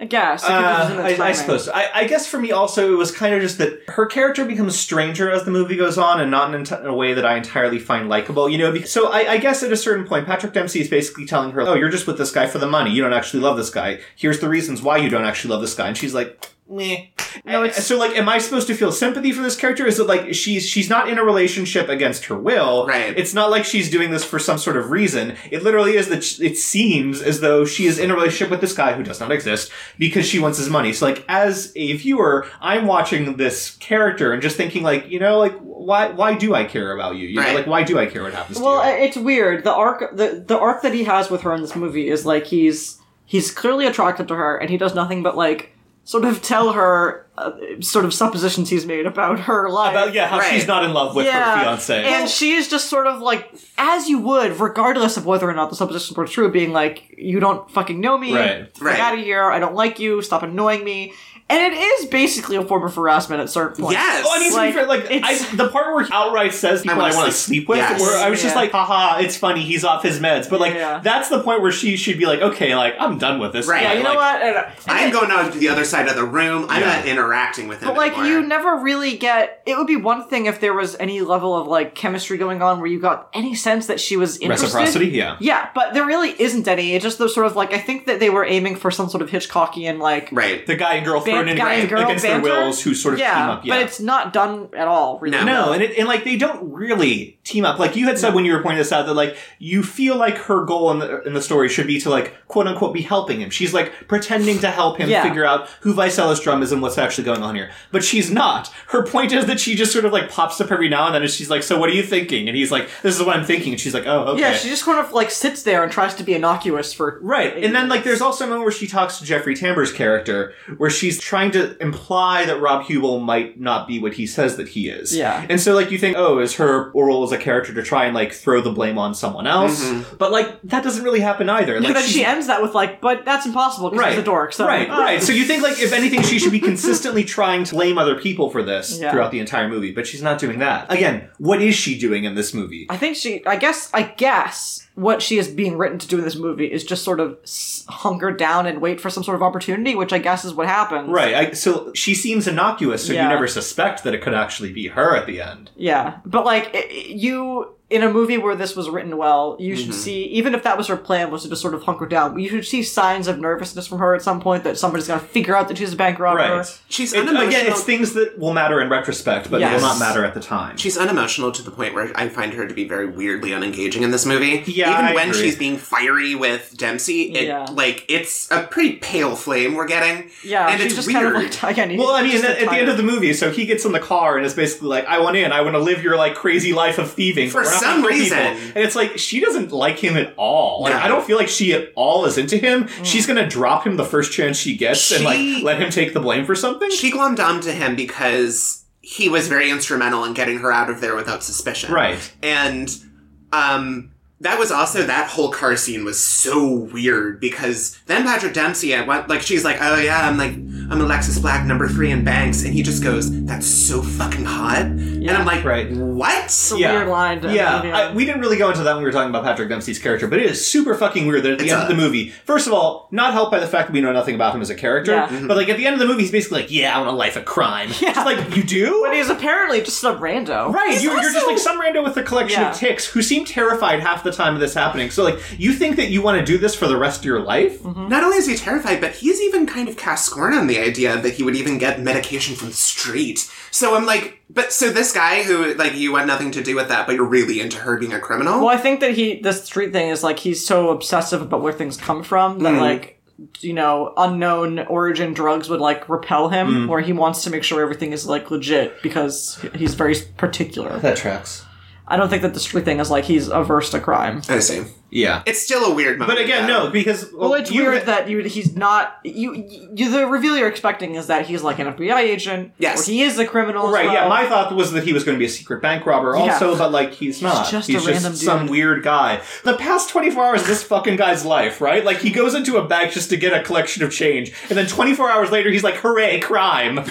C: I guess. I, think it was in
B: Uh,
C: the
B: I, I
C: timing.
B: suppose. So. I, I guess for me also, it was kind of just that her character becomes stranger as the movie goes on, and not in, enti- in a way that I entirely find likable. You know, because, so I, I guess at a certain point, Patrick Dempsey is basically telling her, "Oh, you're just with this guy for the money. You don't actually love this guy. Here's the reasons why you don't actually love this guy." And she's like, "Meh."
C: No, it's-
B: so like, am I supposed to feel sympathy for this character? Is it like she's she's not in a relationship against her will?
A: Right.
B: It's not like she's doing this for some sort of reason. It literally is that sh- it seems as though she is in a relationship with this guy who does not exist because she wants his money. So like, as a viewer, I'm watching this character and just thinking like, you know, like why why do I care about you? You know,
A: Right.
B: like why do I care what happens
C: Well,
B: to you?
C: i- it's weird. The arc, the the arc that he has with her in this movie is like he's he's clearly attracted to her, and he does nothing but like sort of tell her uh, sort of suppositions he's made about her life.
B: About- yeah, how
A: Right.
B: she's not in love with
C: Yeah.
B: her fiance.
C: And she's just sort of like, as you would, regardless of whether or not the suppositions were true, being like, you don't fucking know me.
B: Right.
C: Get
A: Right.
C: out of here. I don't like you. Stop annoying me. And it is basically a form of harassment at certain points.
A: Yes!
B: Oh, I mean,
C: Like,
B: like, like
C: it's-
B: I, the part where he outright says people I
A: wanna
B: want to
A: sleep-
B: sleep with,
A: Yes.
B: where I was just
C: Yeah.
B: like, haha, it's funny, he's off his meds. But like,
C: Yeah.
B: that's the point where she should be like, okay, like I'm done with this.
A: Right.
B: guy.
C: Yeah, you know
B: Like,
C: what? And- uh, and
A: I'm going out to the other side of the room. I'm
B: Yeah.
A: not interacting with him.
C: But like
A: anymore.
C: you never really get it would be one thing if there was any level of like chemistry going on where you got any sense that she was interested.
B: Reciprocity, yeah.
C: Yeah, but there really isn't any. It's just those sort of like I think that they were aiming for some sort of Hitchcockian like
A: right.
B: The guy and girl thrown
C: Ban-
B: in
C: guy and girl
B: against
C: banter?
B: their wills, who sort of
C: yeah,
B: team up. Yeah,
C: but it's not done at all really.
A: No.
B: No, and it, and like they don't really team up. Like you had said when you were pointing this out that like you feel like her goal in the in the story should be to like quote unquote be helping him. She's like pretending to help him
C: Yeah.
B: figure out who Vicelis Drum is and what's actually going on here. But she's not. Her point is that she just sort of like pops up every now and then and she's like, "So what are you thinking?" And he's like, "This is what I'm thinking." And she's like, "Oh, okay."
C: Yeah, she just kind of like sits there and tries to be innocuous for
B: Right, and then like there's also a moment where she talks to Jeffrey Tambor's character, where she's trying to imply that Rob Hubel might not be what he says that he is.
C: Yeah.
B: And so like you think, oh, is her oral as a character to try and like throw the blame on someone else? But like that doesn't really happen either. Like
C: Mm-hmm. but then
B: she's-
C: she ends that with like, but that's impossible because
B: Right.
C: she's a dork. So
B: Right,
C: uh,
B: right. So you think like if anything, she should be consistently trying to blame other people for this
C: Yeah.
B: throughout the entire movie, but she's not doing that. Again, what is she doing in this movie?
C: I think she. I guess. I guess what she is being written to do in this movie is just sort of s- hunker down and wait for some sort of opportunity, which I guess is what happens.
B: Right. I, so she seems innocuous, so
C: Yeah.
B: you never suspect that it could actually be her at the end.
C: Yeah, but like i- i- you in a movie where this was written well, you should
B: Mm-hmm.
C: see even if that was her plan was to just sort of hunker down. You should see signs of nervousness from her at some point that somebody's going to figure out that she's a bank robber.
B: Right.
A: She's
B: It,
A: unemotional.
B: again, it's things that will matter in retrospect, but
C: Yes.
B: will not matter at the time.
A: She's unemotional to the point where I find her to be very weirdly unengaging in this movie.
B: Yeah,
A: even
B: I
A: when
B: agree.
A: she's being fiery with Dempsey, it
C: Yeah.
A: like it's a pretty pale flame we're getting.
C: Yeah,
A: and
C: she's
A: it's
C: just
A: weird.
C: kind of like again. you-
B: well, I mean,
C: just
B: at, at the end of the movie, so he gets in the car and is basically like, "I want in. I want to live your like crazy life of thieving
A: For
B: We're not
A: some
B: gonna kill people."
A: reason.
B: And it's like she doesn't like him at all. Like
A: No. Mm.
B: I don't feel like she at all is into him. She's gonna drop him the first chance she gets and
A: She-
B: like let him take the blame for something.
A: she glommed onto him because he was very instrumental in getting her out of there without suspicion.
B: Right.
A: And um that was also that whole car scene was so weird because then Patrick Dempsey I went like she's like, Oh yeah, I'm like I'm Alexis Black number three in banks and he just goes, That's so fucking hot and I'm like
B: right.
A: What?
C: It's a weird line to-
B: yeah,
C: yeah.
B: I- we didn't really go into that when we were talking about Patrick Dempsey's character, but it is super fucking weird that at the
A: It's
B: end of
A: a-
B: the movie, first of all, not helped by the fact that we know nothing about him as a character,
C: Yeah.
B: but like at the end of the movie, he's basically like, "Yeah, I want a life of crime." Yeah. Just like you do.
C: but he's apparently just a rando.
B: Right, you're, you're just like some rando with a collection
C: Yeah.
B: of ticks who seem terrified half the time of this happening. So, like, you think that you want to do this for the rest of your life?
A: Not only is he terrified, but he's even kind of cast scorn on the idea that he would even get medication from the street. So I'm like, but so this guy who, like, you want nothing to do with that, but you're really into her being a criminal?
C: Well, I think that he this street thing is like he's so obsessive about where things come from
B: Mm-hmm.
C: that like you know unknown origin drugs would like repel him,
B: Mm.
C: where he wants to make sure everything is like legit because he's very particular.
B: That tracks.
C: I don't think that the street thing is like he's averse to crime.
A: I see.
B: Yeah.
A: It's still a weird moment.
B: But again,
A: though.
B: no, because.
C: Well, it's
B: you-
C: weird that you he's not you, you the reveal you're expecting is that he's like an FBI agent.
A: Yes.
C: or he is a criminal. as
B: Right, yeah.
C: well.
B: My thought was that he was going to be a secret bank robber, also,
C: Yeah.
B: but like he's not.
C: just a
B: he's just
C: random dude.
B: some weird guy. The past twenty four hours of this fucking guy's life, right? Like he goes into a bank just to get a collection of change, and then twenty four hours later, he's like, "Hooray, crime!"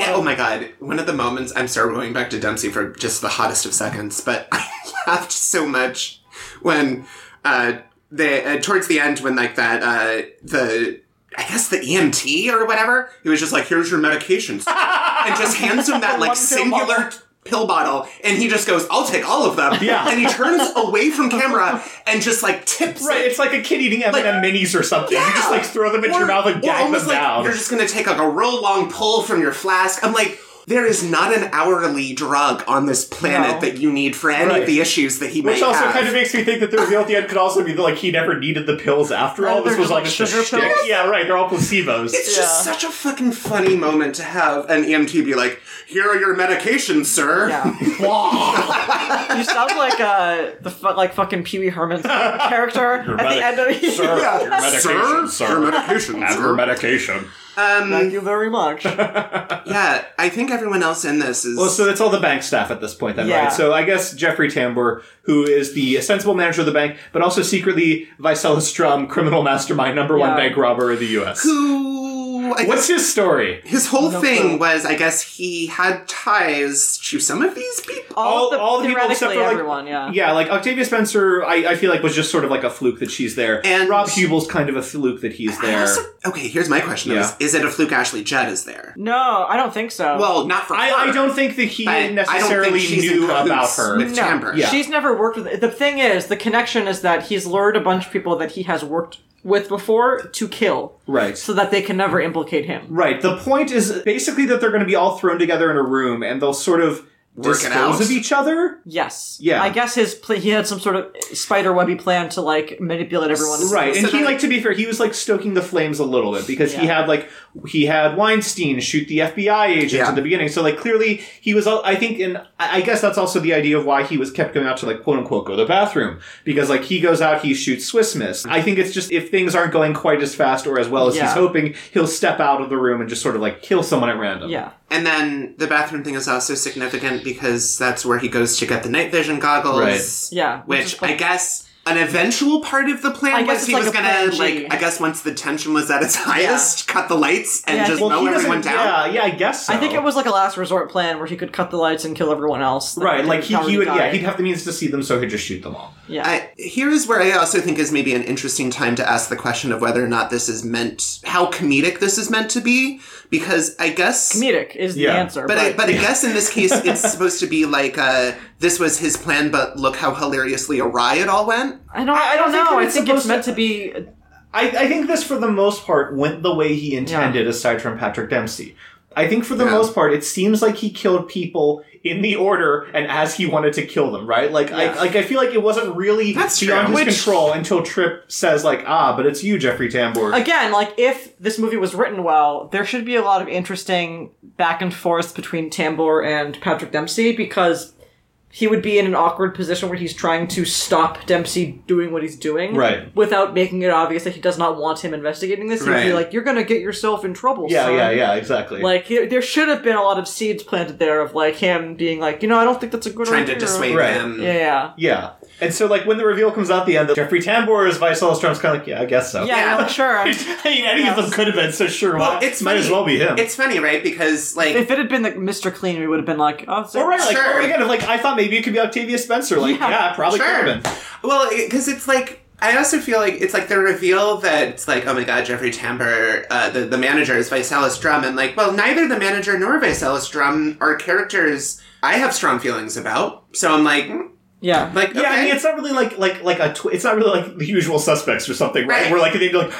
A: Oh my god, one of the moments, I'm sorry, we're going back to Dempsey for just the hottest of seconds, but I laughed so much when, uh, they, uh, towards the end, when, like, that, uh, the, I guess the EMT or whatever, he was just like, here's your medications. and just hands him that,
C: One pill
A: like, singular
C: bottle.
A: pill bottle, and he just goes, I'll take all of them.
B: Yeah.
A: And he turns away from camera and just, like, tips
B: right?
A: it
B: It's like a kid eating M and M minis or something. You just like throw them in
A: or-
B: your mouth and
A: or
B: gag
A: almost
B: them
A: like
B: down.
A: You're just gonna take like a real long pull from your flask. I'm like, there is not an hourly drug on this planet
C: No.
A: that you need for any
B: Right.
A: of the issues that he
B: Which
A: may
B: also
A: have.
B: kind of makes me think that the reveal at the end could also be that like he never needed the pills after all.
C: Oh,
B: This
C: they're
B: was
C: just
B: all
C: like
B: just a
C: sugar
B: shtick.
C: pills?
B: Yeah, right. They're all placebos.
A: it's just
C: Yeah.
A: such a fucking funny moment to have an EMT be like, "Here are your medications, sir."
C: Yeah, you sound like uh the fu- like fucking Pee Wee Herman character at
B: medic-
C: the end of
B: Sir,
A: Yeah.
B: your medication,
A: sir,
B: sir.
A: Your medications,
B: Have your
A: sir.
B: medication.
A: Um,
C: Thank you very much.
A: yeah, I think everyone else in this is.
B: Well, so that's all the bank staff at this point, then,
C: Yeah.
B: right? So I guess Jeffrey Tambor, who is the sensible manager of the bank, but also secretly Vicella Strum, criminal mastermind, number
C: Yeah.
B: one bank robber in the U.S.
A: who? I guess
B: What's his story?
A: his whole
C: No
A: thing
C: clue.
A: was, I guess he had ties to some of these people.
C: all, the, theoretically
B: like
C: everyone, yeah.
B: yeah, like Octavia Spencer. I, I feel like was just sort of like a fluke that she's there,
A: And-
B: Rob Hubel's kind of a fluke that he's
A: I
B: there.
A: also- okay, here's my question:
B: Yeah.
A: is, is it a fluke? Ashley Judd is there?
C: No, I don't think so.
A: Well, not for
B: I,
A: her,
B: I don't think that he
A: but I don't think
B: necessarily
A: she's in
B: knew about
A: cahoots
B: her.
A: With
C: No.
A: Tamper.
B: Yeah.
C: she's never worked with. The thing is, the connection is that he's lured a bunch of people that he has worked with before to kill,
B: Right.
C: so that they can never implicate him.
B: Right. The point is basically that they're going to be all thrown together in a room and they'll sort of
A: work it out.
B: dispose of each other.
C: Yes.
B: Yeah.
C: I guess his pl- he had some sort of spider webby plan to like manipulate everyone.
B: Right, and
A: So
B: he
A: that-
B: like to be fair, he was like stoking the flames a little bit because he
C: Yeah.
B: had like he had Weinstein shoot the FBI agent
A: Yeah.
B: at the beginning. So like clearly he was, al- I think, and I I guess that's also the idea of why he was kept going out to like quote unquote go to the bathroom because like he goes out, he shoots Swiss Miss. I think it's just if things aren't going quite as fast or as well as
C: Yeah.
B: he's hoping, he'll step out of the room and just sort of like kill someone at random.
C: Yeah.
A: And then the bathroom thing is also significant because that's where he goes to get the night vision goggles.
B: Right.
C: Yeah, which is
A: Which
C: like-
A: I guess an eventual part of the
C: I
A: plan
C: guess
A: was
C: it's
A: he
C: like
A: was
C: a plan
A: gonna
C: G.
A: like I guess once the tension was at its highest, cut the lights and
C: Yeah, I
A: just
C: think-
A: mow
B: he
A: everyone
B: doesn't-
A: down.
B: Yeah, yeah, I guess. So.
C: I think it was like a last resort plan where he could cut the lights and kill everyone else.
B: right. Like he,
C: how
B: he would, yeah,
C: died.
B: he'd have the means to see them, so he'd just shoot them all.
C: yeah.
A: I, here is where I also think is maybe an interesting time to ask the question of whether or not this is meant, how comedic this is meant to be, because I guess
C: comedic is
B: Yeah.
C: the answer.
A: But I, but I guess in this case, it's supposed to be like uh, this was his plan, but look how hilariously awry it all went.
C: I don't.
B: I-
C: I,
B: I
C: don't
B: don't think
C: know.
B: that
C: I
B: it's
C: think it's
B: supposed
C: meant
B: to-
C: to be.
B: I, I think this, for the most part, went the way he intended, aside from Patrick Dempsey. I think for the
A: Yeah.
B: most part, it seems like he killed people in the order and as he wanted to kill them, right? Like, I,
C: Yeah.
B: like I feel like it wasn't really
A: That's
B: beyond
A: true.
B: his
A: Which-
B: control until Tripp says, like, ah, but it's you, Jeffrey Tambor.
C: Again, like if this movie was written well, there should be a lot of interesting back and forth between Tambor and Patrick Dempsey because he would be in an awkward position where he's trying to stop Dempsey doing what he's doing,
B: Right.
C: Without making it obvious that he does not want him investigating this. He'd be
A: Right.
C: like, "You're gonna get yourself in trouble."
B: yeah,
C: son."
B: yeah, yeah, exactly.
C: Like he- there should have been a lot of seeds planted there of like him being like, you know, I don't think that's a good
A: Trying
C: idea.
A: to dissuade
B: Right.
A: him.
C: Yeah, yeah.
B: yeah. And so, like, when the reveal comes out at the end, that Jeffrey Tambor is Vice Strom's kind of like, yeah, I guess so.
C: Yeah,
A: Yeah.
C: yeah, sure.
B: I mean, any of them could have been, so sure,
A: Well,
B: why-
A: it's
B: might
A: funny.
B: as well be him.
A: It's funny, right? Because like
C: If it had been like Mr. Clean, we would have been like, oh, it's-
B: Well, right, like,
A: Sure.
B: or again, if, like, I thought maybe it could be Octavia Spencer. Like,
C: Yeah.
B: yeah, probably
A: Sure.
B: could have been.
A: well, because it's like. I also feel like it's like the reveal that it's like, oh my god, Jeffrey Tambor, uh, the, the manager is Visalis Drum, and like, well, neither the manager nor Visalis Drum are characters I have strong feelings about. So I'm like, mm,
C: yeah.
A: like,
B: Hmm. Yeah, I
A: okay.
B: mean, it's not really like like like a. Tw- it's not really like the usual suspects or something, right?
A: Right.
B: Where like they'd be like,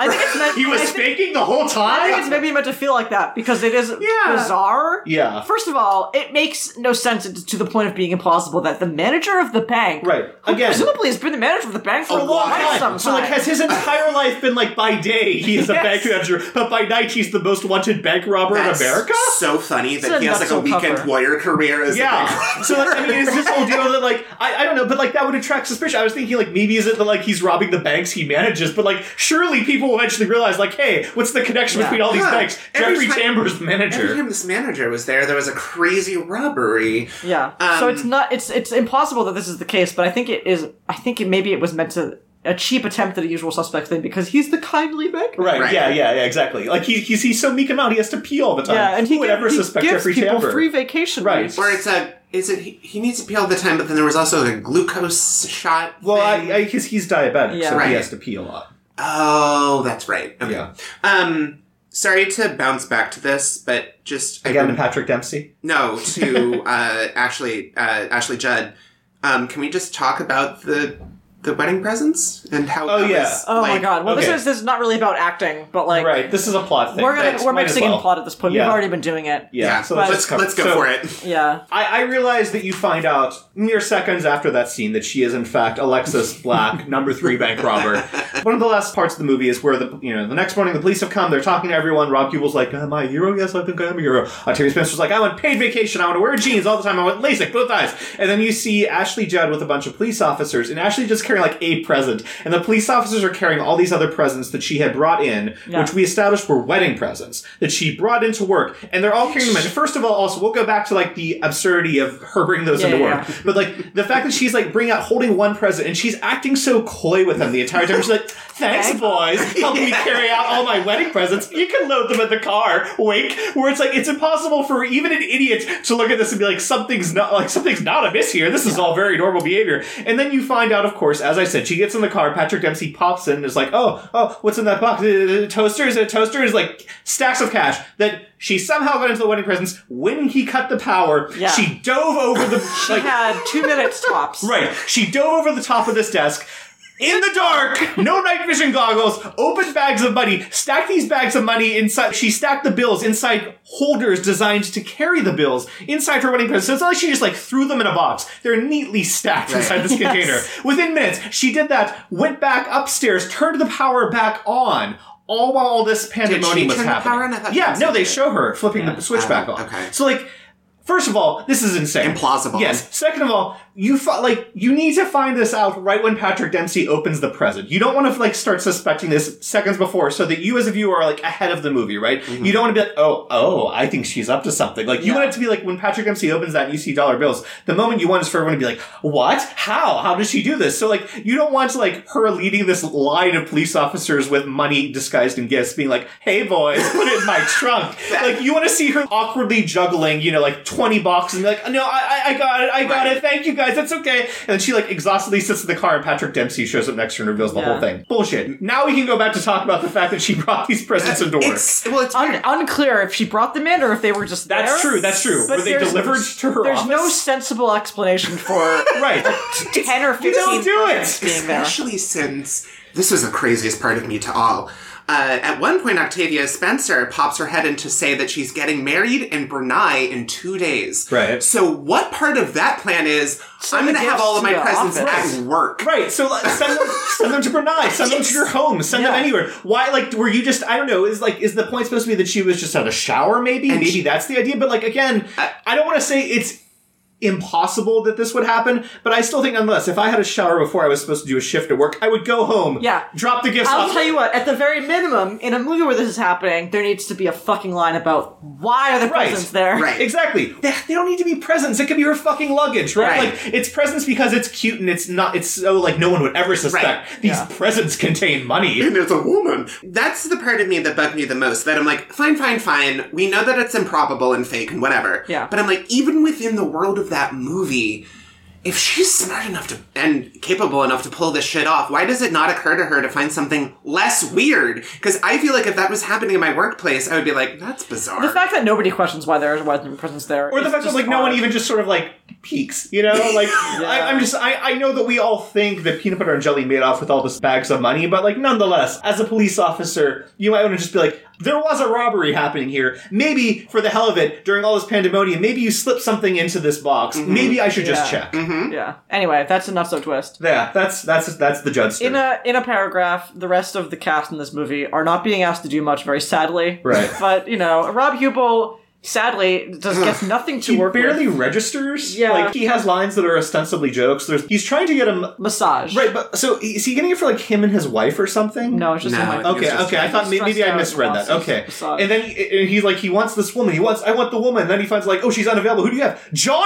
C: I think it's meant.
B: he was
C: I think,
B: faking the whole time.
C: I think it's maybe meant to feel like that because it is
A: Yeah.
C: bizarre.
B: yeah,
C: First of all, it makes no sense to- to the point of being implausible that the manager of the bank,
B: right.
C: who
B: Again,
C: presumably has been the manager of the bank for
A: A
C: a,
A: long
C: long time.
A: time.
B: so like,
C: sometime.
B: has his entire life been like by day he is a
C: Yes.
B: bank manager, but by night he's the most wanted bank robber
A: That's
B: in America?
A: so funny
C: It's a
A: that he has like a
C: nutso
A: weekend
C: cover.
A: warrior career as a bank
B: Yeah.
A: robber.
B: So like, I mean, is this whole deal that like I, I don't know, but like that would attract suspicion. I was thinking like maybe is it that like he's robbing the banks he manages, but like surely people will eventually realize like, hey, what's the connection
C: Yeah.
B: between all these
A: Yeah.
B: banks?
A: Every
B: Jeffrey
A: time-
B: Chambers, the manager.
A: Every time this manager was there, there was a crazy robbery.
C: yeah.
A: Um,
C: so it's not. It's it's impossible that this is the case, but I think it is. I think it maybe it was meant to a cheap attempt at a usual suspect thing because he's the kindly bank.
B: Right,
A: Right.
B: Yeah. Yeah. Yeah. Exactly. Like he, he's he's so meek and mild. He has to pee all the time.
C: Yeah, and he,
B: Who would
C: gi-
B: ever
C: he
B: suspect
C: gives
B: Jeffrey
C: people
B: Tambor?
C: free vacation
B: Right.
C: rates.
A: Or it's a is it he, he needs to pee all the time, but then there was also a glucose shot.
B: well,
A: thing.
B: I, I, cause he's diabetic,
C: Yeah.
B: so
A: Right.
B: he has to pee a lot.
A: oh, that's right. Okay.
B: Yeah.
A: Um, sorry to bounce back to this, but just I
B: Again,
A: rem-
B: to Patrick Dempsey.
A: no to uh, Ashley uh, Ashley Judd. Um, can we just talk about the the wedding presents and how?
B: Oh,
A: that
B: yeah.
A: was,
C: Oh my
A: like-
C: god. Well, this
B: okay.
C: is this is not really about acting, but like
B: right. This is a plot thing.
C: we're gonna
B: Right,
C: we're
B: might as
C: mixing in
B: well.
C: plot at this point.
B: Yeah.
C: We've already been doing it.
B: Yeah.
A: Yeah,
B: So
C: But-
B: let's,
A: let's
B: cover-
A: let's go
B: so-
A: for it.
C: Yeah.
B: I, I realize that you find out mere seconds after that scene that she is in fact Alexis Black, number three bank robber. One of the last parts of the movie is where the you know the next morning the police have come. They're talking to everyone. Rob Kubel's like, "Am I a hero? Yes, I think I am a hero." Uh, Terry Spencer's like, "I want paid vacation. I want to wear jeans all the time. I want LASIK, both eyes." And then you see Ashley Judd with a bunch of police officers, and Ashley just carrying like a present, and the police officers are carrying all these other presents that she had brought in,
C: Yeah.
B: which we established were wedding presents that she brought into work, and they're all carrying them. in. First of all, also we'll go back to like the absurdity of her bringing those
C: Yeah,
B: into
C: yeah,
B: work, but like the fact that she's like bringing out holding one present and she's acting so coy with them the entire time. She's like, "Thanks,
C: Thanks.
B: boys, help me carry out all my wedding presents. You can load them in the car." Wink. Where it's like it's impossible for even an idiot to look at this and be like, "Something's not like something's not amiss here. This is all very normal behavior." And then you find out, of course, as I said, she gets in the car. Patrick Dempsey pops in and is like, "Oh, oh, what's in that box? Uh, toaster? Is it a toaster? Is like stacks of cash that." She somehow got into the wedding presents when he cut the power.
C: Yeah.
B: She dove over the
C: We
B: like
C: had two minutes tops.
B: Right. She dove over the top of this desk, in the dark, no night vision goggles, open bags of money, stack these bags of money inside. She stacked the bills inside holders designed to carry the bills inside her wedding presents. So it's not like she just like threw them in a box. They're neatly stacked inside this container. Within minutes, she did that, went back upstairs, turned the power back on. All while all this pandemonium was
A: turn the
B: happening.
A: power on? I thought she
B: yeah,
A: was
B: no, they
A: doing it.
B: show her flipping the switch back
A: Oh,
B: on.
A: okay.
B: So like, first of all, this is insane.
A: Implausible.
B: Yes. Second of all, you fi- like you need to find this out right when Patrick Dempsey opens the present. You don't want to like start suspecting this seconds before, so that you as a viewer are like ahead of the movie, right? You don't want to be like, oh, oh, I think she's up to something. Like you want it to be like when Patrick Dempsey opens that and you see dollar bills. The moment you want is for everyone to be like, what? How? How does she do this? So like you don't want like her leading this line of police officers with money disguised in gifts, being like, hey boys, put it in my trunk. like you want to see her awkwardly juggling, you know, like twenty boxes and be like, no, I, I I got it, I got
A: Right.
B: it, thank you guys, that's okay. And then she like exhaustedly sits in the car and Patrick Dempsey shows up next to her and reveals the
C: Yeah.
B: whole thing. Bullshit. Now we can go back to talk about the fact that she brought these presents indoors.
A: It's well, it's
C: Un- unclear if she brought them in or if they were just
B: That's
C: there.
B: true, that's true.
C: But
B: Were they
C: there's-
B: delivered to her
C: There's no
B: office?
C: sensible explanation for
B: right.
C: 10 or 15
B: You don't do
C: percent
B: it.
C: being there.
A: Especially since this is the craziest part of me to all. Uh, at one point, Octavia Spencer pops her head in to say that she's getting married in Brunei in two days.
B: Right.
A: So, what part of that plan is I'm going to
C: gifts
A: have all of my
C: to the
A: presents
C: office.
A: at work?
B: Right, so like, send them, send them to Brunei, send them to your home, send
C: Yeah.
B: them anywhere. Why, like, were you just? I don't know. Is like, is the point supposed to be that she was just at a shower? Maybe,
A: And
B: maybe
A: she-
B: that's the idea. But like, again, I, don't want to say it's impossible that this would happen. But I still think, unless if I had a shower before I was supposed to do a shift at work, I would go home.
C: Yeah.
B: drop the gifts
C: I'll
B: off.
C: tell you what, at the very minimum, in a movie where this is happening, there needs to be a fucking line about why are the
B: Right.
C: presents there?
A: Right.
B: Exactly. They, they don't need to be presents. It could be her fucking luggage, right?
A: Right.
B: Like it's presents because it's cute and it's not. It's so like no one would ever suspect
A: Right.
B: these
C: Yeah.
B: presents contain money.
A: And it's a woman. That's the part of me that bugged me the most. That I'm like, fine, fine, fine. We know that it's improbable and fake and whatever.
C: Yeah.
A: But I'm like, even within the world of that movie, if she's smart enough to and capable enough to pull this shit off, why does it not occur to her to find something less weird? Because I feel like if that was happening in my workplace, I would be like, that's bizarre.
C: The fact that nobody questions why there is why the presents there,
B: or the
C: is
B: fact that
C: just
B: like no one
C: odd.
B: even just sort of like peeks, you know? Like I, I'm just I, I know that we all think that peanut butter and jelly made off with all this bags of money, but like nonetheless, as a police officer, you might want to just be like, there was a robbery happening here. Maybe for the hell of it, during all this pandemonium, maybe you slipped something into this box. Maybe I should just
C: Mm-hmm. Yeah. Mm-hmm.
B: check.
C: Yeah. Anyway, that's enough so twist.
B: Yeah, that's that's that's the judge.
C: In a in a paragraph, the rest of the cast in this movie are not being asked to do much, very sadly.
B: Right.
C: But you know, Rob Hubel sadly just gets nothing to
B: he
C: work
B: barely
C: with.
B: registers.
C: Yeah.
B: like he has lines that are ostensibly jokes. There's he's trying to get him
C: Massage.
B: right, but so is he getting it for like him and his wife or something?
C: No, it's just
A: No, I
C: in my
A: think
B: Okay,
A: It's just-
B: okay. I thought may-
C: Stressed
B: maybe I
C: out
B: misread
C: about
B: that. Okay,
C: something.
B: and then he- and he's like, he wants this woman. He wants, I want the woman. Then he finds like, oh, she's unavailable. Who do you have?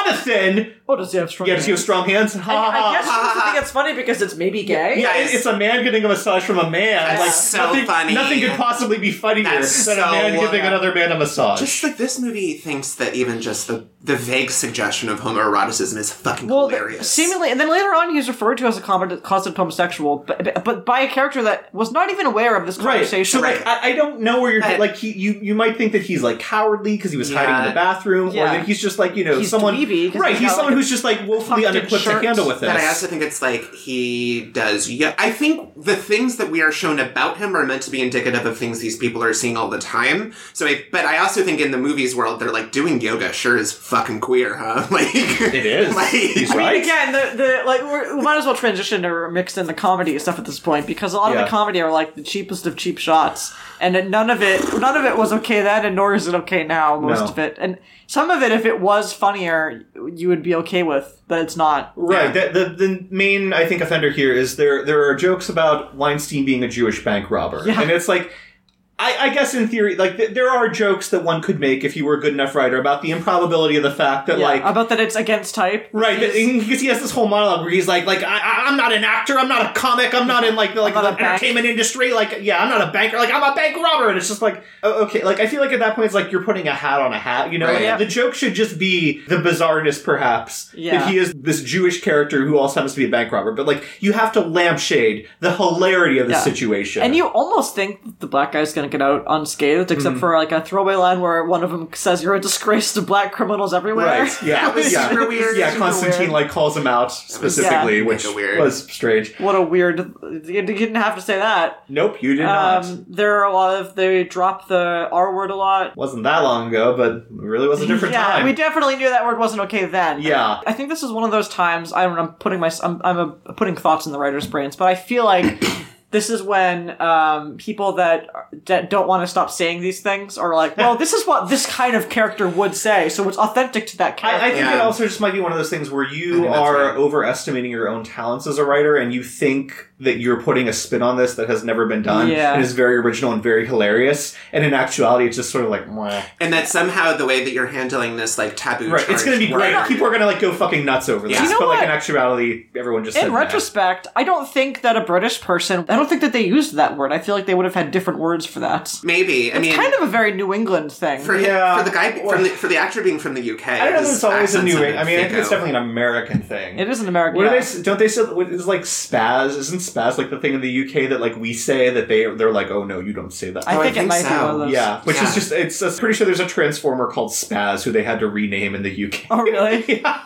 B: Jonathan.
C: Oh, does he have strong?
B: Yeah, does he have
C: hands?
B: strong hands? Ha ha.
C: I guess
B: ha.
C: I think it's funny because it's maybe gay.
B: Yeah, it- it's a man getting a massage from a man.
A: That's
B: like
A: so
B: nothing,
A: funny.
B: Nothing could possibly be funnier
A: That's
B: than a
A: so
B: man giving
A: wild.
B: another man a massage.
A: Just like this movie thinks that even just the, the vague suggestion of homoeroticism is fucking
C: Well, th-
A: hilarious.
C: seemingly, and then later on, he's referred to as a com- closet homosexual, but, but- but by a character that was not even aware of this
B: Right.
C: conversation.
B: So like, I, I don't know where you're
A: Right.
B: like. He, you you might think that he's like cowardly because he was hiding in
A: Yeah.
B: the bathroom, or
C: Yeah.
B: that he's just like you know
C: He's
B: someone.
C: dweeby 'cause
B: right.
C: he's
B: He's
C: got,
B: someone
C: like, a
B: who's just like woefully
C: tucked-in
B: unequipped to
C: shirt.
B: handle with this.
A: But I also think it's like he does. Yeah, I think the things that we are shown about him are meant to be indicative of things these people are seeing all the time. So, I, but I also think in the movies world, they're like doing yoga. Sure is fucking queer, huh? Like
B: It is.
A: Like,
B: He's
A: I mean,
C: I
B: right.
C: mean, again, the, the like we're, we might as well transition or mix in the comedy stuff at this point because a lot of
B: Yeah.
C: the comedy are like the cheapest of cheap shots, and that none of it, none of it was okay then, and nor is it okay now. Most
B: No.
C: of it, and some of it, if it was funnier, you would be okay with, but it's not.
B: Right. The, the the main I think offender here is there there are jokes about Weinstein being a Jewish bank robber, and it's like. I, I guess in theory, like th- there are jokes that one could make if you were a good enough writer about the improbability of the fact that
C: Yeah,
B: like
C: about that, it's against type.
B: right that- because he has this whole monologue where he's like like I, I, I'm not an actor, I'm not a comic, I'm not in like the like
C: I'm not
B: the
C: a bank-
B: entertainment industry, like yeah, I'm not a banker, like I'm a bank robber, and it's just like oh, okay, like I feel like at that point it's like you're putting a hat on a hat, you know?
A: Right.
B: Like,
A: Yeah.
B: The joke should just be the bizarreness, perhaps,
C: Yeah.
B: that he is this Jewish character who also happens to be a bank robber, but like you have to lampshade the hilarity of the
C: Yeah.
B: situation.
C: And you almost think that the black guy's going to make it out unscathed,
B: Hmm.
C: except for like a throwaway line where one of them says, "You're a disgrace to black criminals everywhere."
B: Right. Yeah.
A: That was
B: yeah.
A: super weird.
B: Yeah,
A: Super
B: Constantine
C: weird.
B: like calls him out specifically,
A: Yeah.
B: which
A: Mega weird.
B: was strange.
C: What a weird. You didn't have to say that.
B: Nope, you did not.
C: Um, there are a lot of they drop the R word a lot.
B: Wasn't that long ago, but really was a different
C: yeah,
B: time.
C: we definitely knew that word wasn't okay then.
B: Yeah.
C: I think this is one of those times I'm, I'm putting my I'm, I'm uh putting thoughts in the writer's brains, but I feel like this is when um, people that, are- that don't want to stop saying these things are like, well, this is what this kind of character would say, so it's authentic to that character.
B: I, I think it
A: Yeah.
B: also just might be one of those things where you
A: think that's
B: are
A: right.
B: overestimating your own talents as a writer, and you think that you're putting a spin on this that has never been done,
C: Yeah.
B: and is very original and very hilarious. And in actuality, it's just sort of like, Mwah.
A: And that somehow the way that you're handling this like taboo,
B: right? It's going to be
A: charged
B: great.
A: word-
B: People are going to like go fucking nuts over this,
A: You
C: know
B: but like
C: what?
B: in actuality, everyone just said,
C: in
B: "Nah."
C: retrospect, I don't think that a British person, I don't think that they used that word. I feel like they would have had different words for that.
A: Maybe I mean,
C: kind of a very New England thing.
A: for, him-
B: Yeah.
A: for the guy from the, for the actor being from the UK.
B: I don't know. If
A: his
B: it's always a
A: accent's
B: new.
A: bit
B: I mean, I think it's
A: figo.
B: definitely an American thing.
C: it is an American.
B: What
C: yeah.
B: do they? Don't they still? What is like spaz? Isn't spaz like the thing in the UK that like we say that they they're like, oh no, you don't say that.
C: I,
A: Oh, I
C: think it
A: think
C: might be
A: so.
C: one of those.
B: yeah, which
A: Yeah.
B: is just it's. I'm pretty sure there's a transformer called Spaz who they had to rename in the UK.
C: Oh, really?
B: yeah,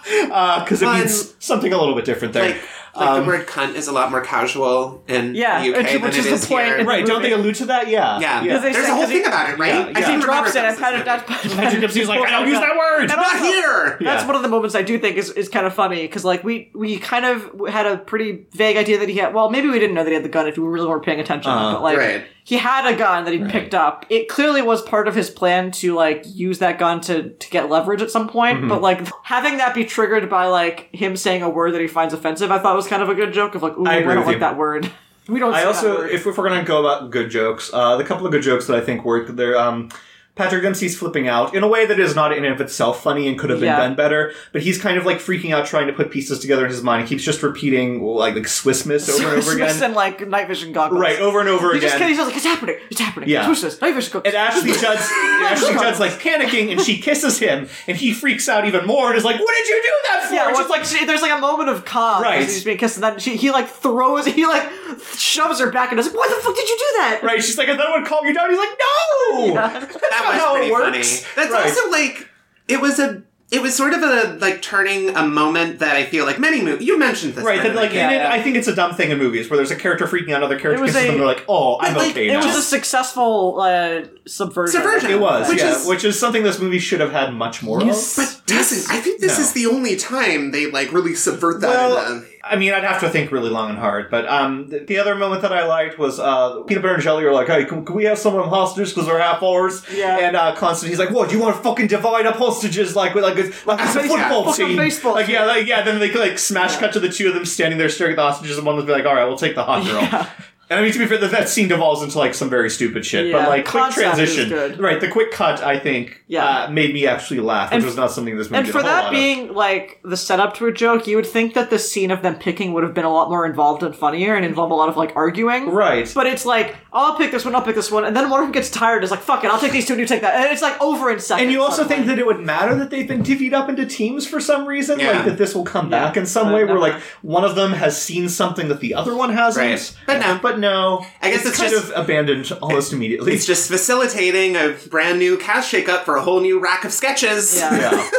B: because
A: Well,
B: it means something a little bit different there.
A: like, like
B: Um,
A: the word "cunt" is a lot more casual in
C: Yeah,
A: the UK
C: which-
A: than
C: which
A: it
C: is the point
A: here.
C: in-
B: right? Don't they allude to that? Yeah,
A: Yeah,
C: Because they
A: there's
C: say-
A: a whole
C: because
A: thing
C: he-
A: about it, right?
B: Yeah,
A: I
B: yeah.
A: didn't
C: He drops it
A: remember
C: and
A: if that
C: Patrick
A: was-
B: Patrick Dempsey's like, I don't use that word.
C: And
A: Not
C: also-
A: here.
B: Yeah.
C: That's one of the moments I do think is, is kind of funny because like we we kind of had a pretty vague idea that he had. Well, maybe we didn't know that he had the gun if we really weren't paying attention.
B: Uh,
C: but like
A: right.
C: he had a gun that he picked up. It clearly was part of his plan to like use that gun to to get leverage at some point.
B: Mm-hmm.
C: But like having that be triggered by like him saying a word that he finds offensive, I thought was kind of a good joke of like, ooh,
B: I
C: I,
B: agree
C: don't
B: with
C: like
B: you.
C: that word. We don't.
B: I
C: say that
B: also,
C: word.
B: if, if we're gonna go about good jokes, uh, the couple of good jokes that I think work there. Um, Patrick Dempsey's flipping out in a way that is not in and of itself funny and could have been
C: Yeah.
B: done better, but he's kind of like freaking out trying to put pieces together in his mind. He keeps just repeating like like Swiss Miss over and over
C: Christmas
B: again,
C: and like night vision goggles.
B: right? Over and over
C: He
B: again.
C: just he's just like, it's happening, it's happening.
B: Yeah.
C: Who's this? Night vision goggles.
B: And Ashley Judd's and Ashley Judd's like panicking, and she kisses him, and he freaks out even more, and is like, "What did you do that for?"
C: Yeah,
B: and
C: well,
B: she's like,
C: like she, there's like a moment of calm
B: Right.
C: as he's being kissed, and then she, he like throws, he like shoves her back and is like, "Why the fuck did you do that?"
B: "Right." She's like, "I thought it would calm you down." He's like, "No, that's
A: that
B: not
A: was
B: how
A: pretty
B: it works."
A: funny. That's
B: Right.
A: also like it was a it was sort of a like turning a moment that I feel like many movies. You mentioned this
B: Right,
A: Brandon,
B: that like
A: I think.
B: in it,
C: yeah.
B: I think it's a dumb thing in movies where there's a character freaking out, another character
C: was
B: kisses
C: a-
B: them, and they're like, "Oh, I'm
A: like,
B: okay
A: it
B: now."
C: It was a successful uh, subversion.
A: Subversion.
B: It was,
A: Which
B: yeah,
A: is-
B: which is something this movie should have had much more of.
A: but doesn't I think this
B: No.
A: is the only time they like really subvert that.
B: Well,
A: in a,
B: I mean, I'd have to think really long and hard. But um, th- the other moment that I liked was uh, Peanut Butter and Jelly are like, "Hey, can, can we have some of them hostages because they're half ours?"
C: Yeah.
B: And uh, Constantine's like, "What? Do you want to fucking divide up hostages like with like it's, like it's a
A: Yeah.
B: football
C: Fucking
B: team?
C: baseball
B: like
C: team.
B: yeah, like, yeah." Then they like smash cut to the two of them standing there staring at the hostages, and one would be like, "All right, we'll take the hot girl." And I mean, to be fair, that, that scene devolves into like some very stupid shit,
C: Yeah.
B: but like quick
C: Concept is
B: transition,
C: good.
B: right? The quick cut, I think,
C: Yeah.
B: uh, made me actually laugh, which
C: And-
B: was not something this movie
C: And
B: did
C: for
B: a whole lot
C: that
B: of.
C: being like the setup to a joke, you would think that the scene of them picking would have been a lot more involved and funnier and involved a lot of like arguing.
B: Right.
C: But it's like, I'll pick this one, I'll pick this one, and then one of them gets tired, is like, fuck it, I'll take these two and you take that. And it's like over in seconds.
B: And you also
C: suddenly.
B: think that it would matter that they've been divvied up into teams for some reason,
A: Yeah.
B: like that this will come
C: Yeah.
B: back in some
C: But
B: way, where
C: never.
B: like one of them has seen something that the other one hasn't.
A: Right. But no.
B: but no.
A: I guess it's
B: kind
A: just-
B: of abandoned almost immediately.
A: it's just facilitating a brand new cast shakeup for a whole new rack of sketches.
C: Yeah.
B: yeah.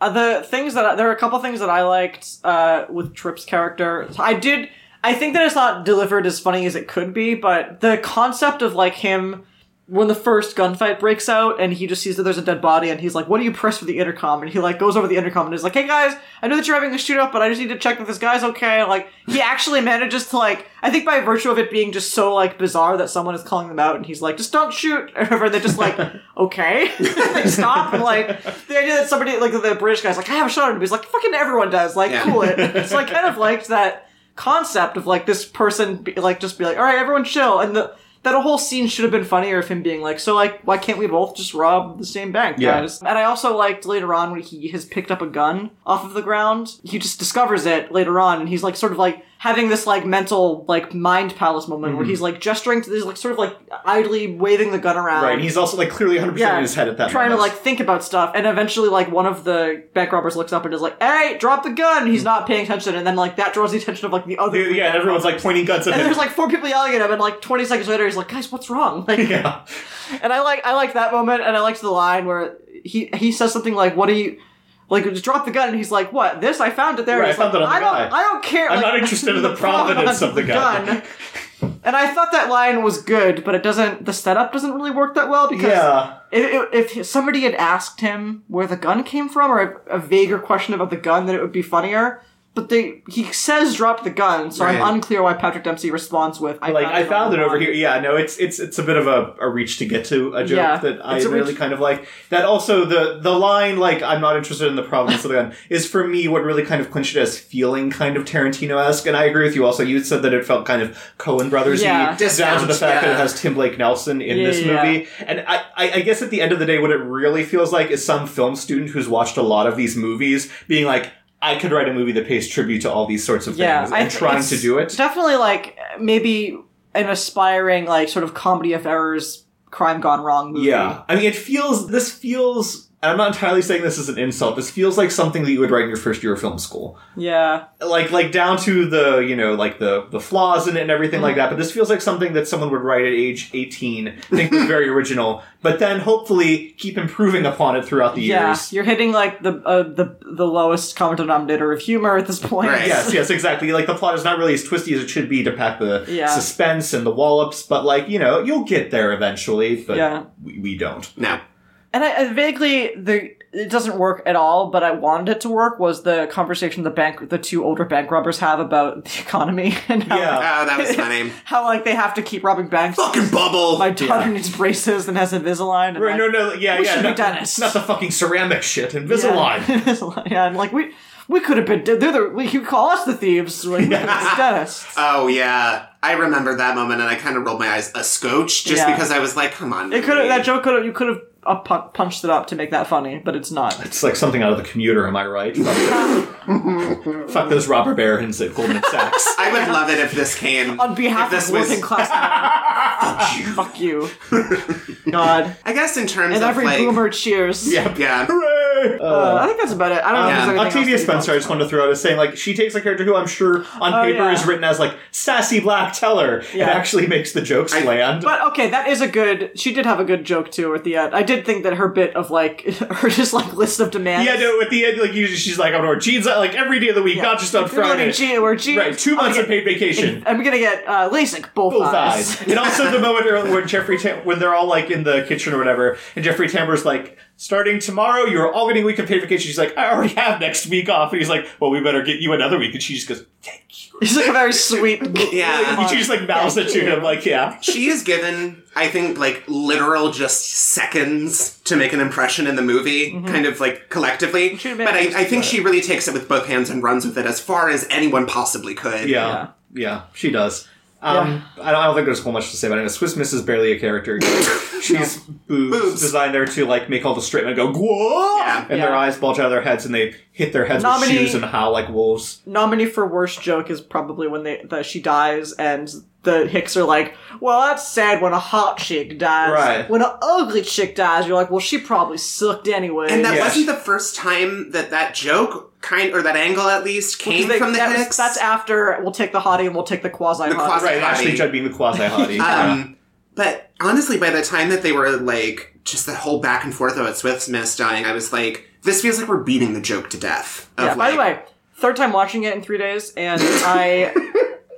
C: Uh, the things that I, there are a couple things that I liked uh, with Tripp's character. I did. I think that it's not delivered as funny as it could be, but the concept of like him when the first gunfight breaks out and he just sees that there's a dead body and he's like, "What do you press for the intercom?" and he like goes over the intercom and is like, "Hey guys, I know that you're having a shootout, but I just need to check that this guy's okay." And, like he actually manages to like I think by virtue of it being just so like bizarre that someone is calling them out and he's like, "Just don't shoot," or whatever. And they're just like, "Okay," they stop and like the idea that somebody like the British guy's like, "I have a shot," and he's like, "Fucking everyone does." Like,
A: Yeah.
C: cool it. So I kind of liked that concept of like this person be, like just be like, all right, everyone chill, and the that whole scene should have been funnier of him being like, so like, why can't we both just rob the same bank,
B: Yeah.
C: guys? And I also liked later on when he has picked up a gun off of the ground, he just discovers it later on, and he's like, sort of like. having this like mental like mind palace moment
B: Mm-hmm.
C: where he's like gesturing to this like sort of like idly waving the gun around.
B: Right, and he's also like clearly 100% in his head at that
C: trying
B: moment.
C: to like think about stuff, and eventually like one of the bank robbers looks up and is like, "Hey, drop the gun!" And he's
B: Mm.
C: not paying attention, and then like that draws the attention of like the other.
B: Yeah, and everyone's like pointing guns at
C: And
B: him.
C: there's like four people yelling at him, and like 20 seconds later, he's like, "Guys, what's wrong?" Like,
B: yeah.
C: and I like I liked that moment, and I liked the line where he he says something like, "What do you?" Like just drop the gun, and he's like, "What? This? I found it there."
B: Right,
C: And he's
B: I found
C: like,
B: it on the
C: I don't,
B: guy.
C: I don't care.
B: I'm
C: Like,
B: not interested in the provenance of the gun.
C: and I thought that line was good, but it doesn't. The setup doesn't really work that well because
B: Yeah.
C: if, if, if somebody had asked him where the gun came from or a, a vaguer question about the gun, then it would be funnier. But they he says drop the gun, so
A: Right.
C: I'm unclear why Patrick Dempsey responds with I
B: Like I
C: on
B: found
C: the
B: it over
C: lawn."
B: here. Yeah, no, it's it's it's a bit of a, a reach to get to a joke
C: Yeah.
B: that I
C: It's a
B: really
C: reach-
B: kind of like. That also the the line like I'm not interested in the provenance of the gun is for me what really kind of clinched it as feeling kind of Tarantino esque. And I agree with you. Also, you had said that it felt kind of Cohen Brothers
C: Yeah.
B: down to the
A: Discount,
B: fact that it
A: yeah.
B: has Tim Blake Nelson in
C: Yeah,
B: this
C: yeah.
B: movie. And I, I I guess at the end of the day, what it really feels like is some film student who's watched a lot of these movies being like. I could write a movie that pays tribute to all these sorts of
C: Yeah,
B: things
C: I
B: and
C: th-
B: trying
C: it's
B: to do it.
C: Definitely like maybe an aspiring like sort of comedy of errors, crime gone wrong movie.
B: Yeah. I mean, it feels, this feels, and I'm not entirely saying this is an insult, this feels like something that you would write in your first year of film school.
C: yeah.
B: Like, like down to the, you know, like the, the flaws in it and everything
C: Mm-hmm.
B: like that, but this feels like something that someone would write at age 18, think was very original, but then hopefully keep improving upon it throughout the
C: Yeah,
B: years.
C: you're hitting like the uh, the the lowest common denominator of humor at this point.
A: Right.
B: Yes, yes, exactly. Like the plot is not really as twisty as it should be to pack the
C: Yeah.
B: suspense and the wallops, but like you know, you'll get there eventually. But
C: Yeah.
B: we, we don't.
A: No.
C: And I, I vaguely the it doesn't work at all, but I wanted it to work was the conversation the bank the two older bank robbers have about the economy and how,
A: Oh,
B: Yeah,
A: that was funny.
C: how like they have to keep robbing banks.
A: Fucking bubble.
C: My daughter needs braces and has Invisalign. And
B: Right,
C: like,
B: no, no, yeah,
C: We
B: yeah.
C: should be
B: not-
C: dentists.
B: Not the fucking ceramic shit. Invisalign.
C: Yeah, Invisalign. Yeah, and like we we could have been they're the we you call us the thieves like it's dentists.
A: Oh yeah, I remember that moment, and I kind of rolled my eyes a scotch just
C: Yeah.
A: because I was like, "Come on."
C: It could have
A: movie.
C: that joke could have you could have up pun- punched it up to make that funny, but it's not.
B: It's like something out of the commuter, am I right? Fuck fuck those robber barons at Goldman Sachs.
A: I would love it if this came
C: On behalf
A: if this
C: of working
A: was,
C: class men. Fuck you. God.
A: I guess in terms
C: And
A: of
C: every
A: like,
C: boomer cheers.
B: Yeah.
A: yeah,
B: Hooray!
C: Uh,
B: Uh,
C: I think that's about it. I don't
A: Yeah.
C: know. If there's anything
B: Octavia
C: else to be
B: Spencer, I just wanted to throw out as saying, like, she takes a character who I'm sure on
C: Oh,
B: paper
C: yeah.
B: is written as, like, sassy black teller.
C: Yeah.
B: It actually makes the jokes land.
C: But okay, that is a good. She did have a good joke too at the end. I did think that her bit of like her just like list of demands.
B: yeah, no, at the end, like, usually she's like, I'm gonna wear jeans, uh, like, every day of the week, not just on
C: We're gonna
B: Friday.
C: G, we're G,
B: Right, two months
C: I'm
B: of
C: gonna
B: paid vacation.
C: get- I'm gonna get uh, LASIK both,
B: both eyes.
C: eyes.
B: and also the moment where- when Jeffrey Tam- when they're all like in the kitchen or whatever, and Jeffrey Tambor's like, "Starting tomorrow, you're all getting a week of paid vacation." She's like, "I already have next week off," and he's like, "Well, we better get you another week." And she just goes, "Thank you."
C: He's like a very sweet.
A: Yeah.
B: And she just like mouths it to him, like, "Yeah."
A: she is given, I think, like literal just seconds to make an impression in the movie, kind of like collectively.
C: Mm-hmm. She
A: But
C: made
A: I,
C: it.
A: I think she really takes it with both hands and runs with it as far as anyone possibly could.
B: Yeah, yeah, she does. Um, I, don't, I don't think there's a whole much to say about it. Swiss Miss is barely a character. She's boobs,
A: Boobs.
B: designed there to like make all the straight men go whoa,
A: Yeah.
B: and their
C: Yeah.
B: eyes bulge out of their heads, and they hit their heads
C: Nominee-
B: with shoes and howl like wolves.
C: Nominee for worst joke is probably when they that she dies and the Hicks are like, well, that's sad when a hot chick dies.
B: Right.
C: When an ugly chick dies, you're like, well, she probably sucked anyway.
A: And that
B: Yeah.
A: wasn't the first time that that joke kind or that angle at least came from the
C: that was-
A: Hicks.
C: that's after we'll take the hottie and we'll take the quasi.
A: The quasi-
B: Right, Ashley
A: Hottie.
B: Judd being the quasi hottie.
A: Um, but honestly, by the time that they were like just the whole back and forth about Swift's miss dying, I was like, this feels like we're beating the joke to death. Of,
C: Yeah, by the
A: like,
C: way, third time watching it in three days, and I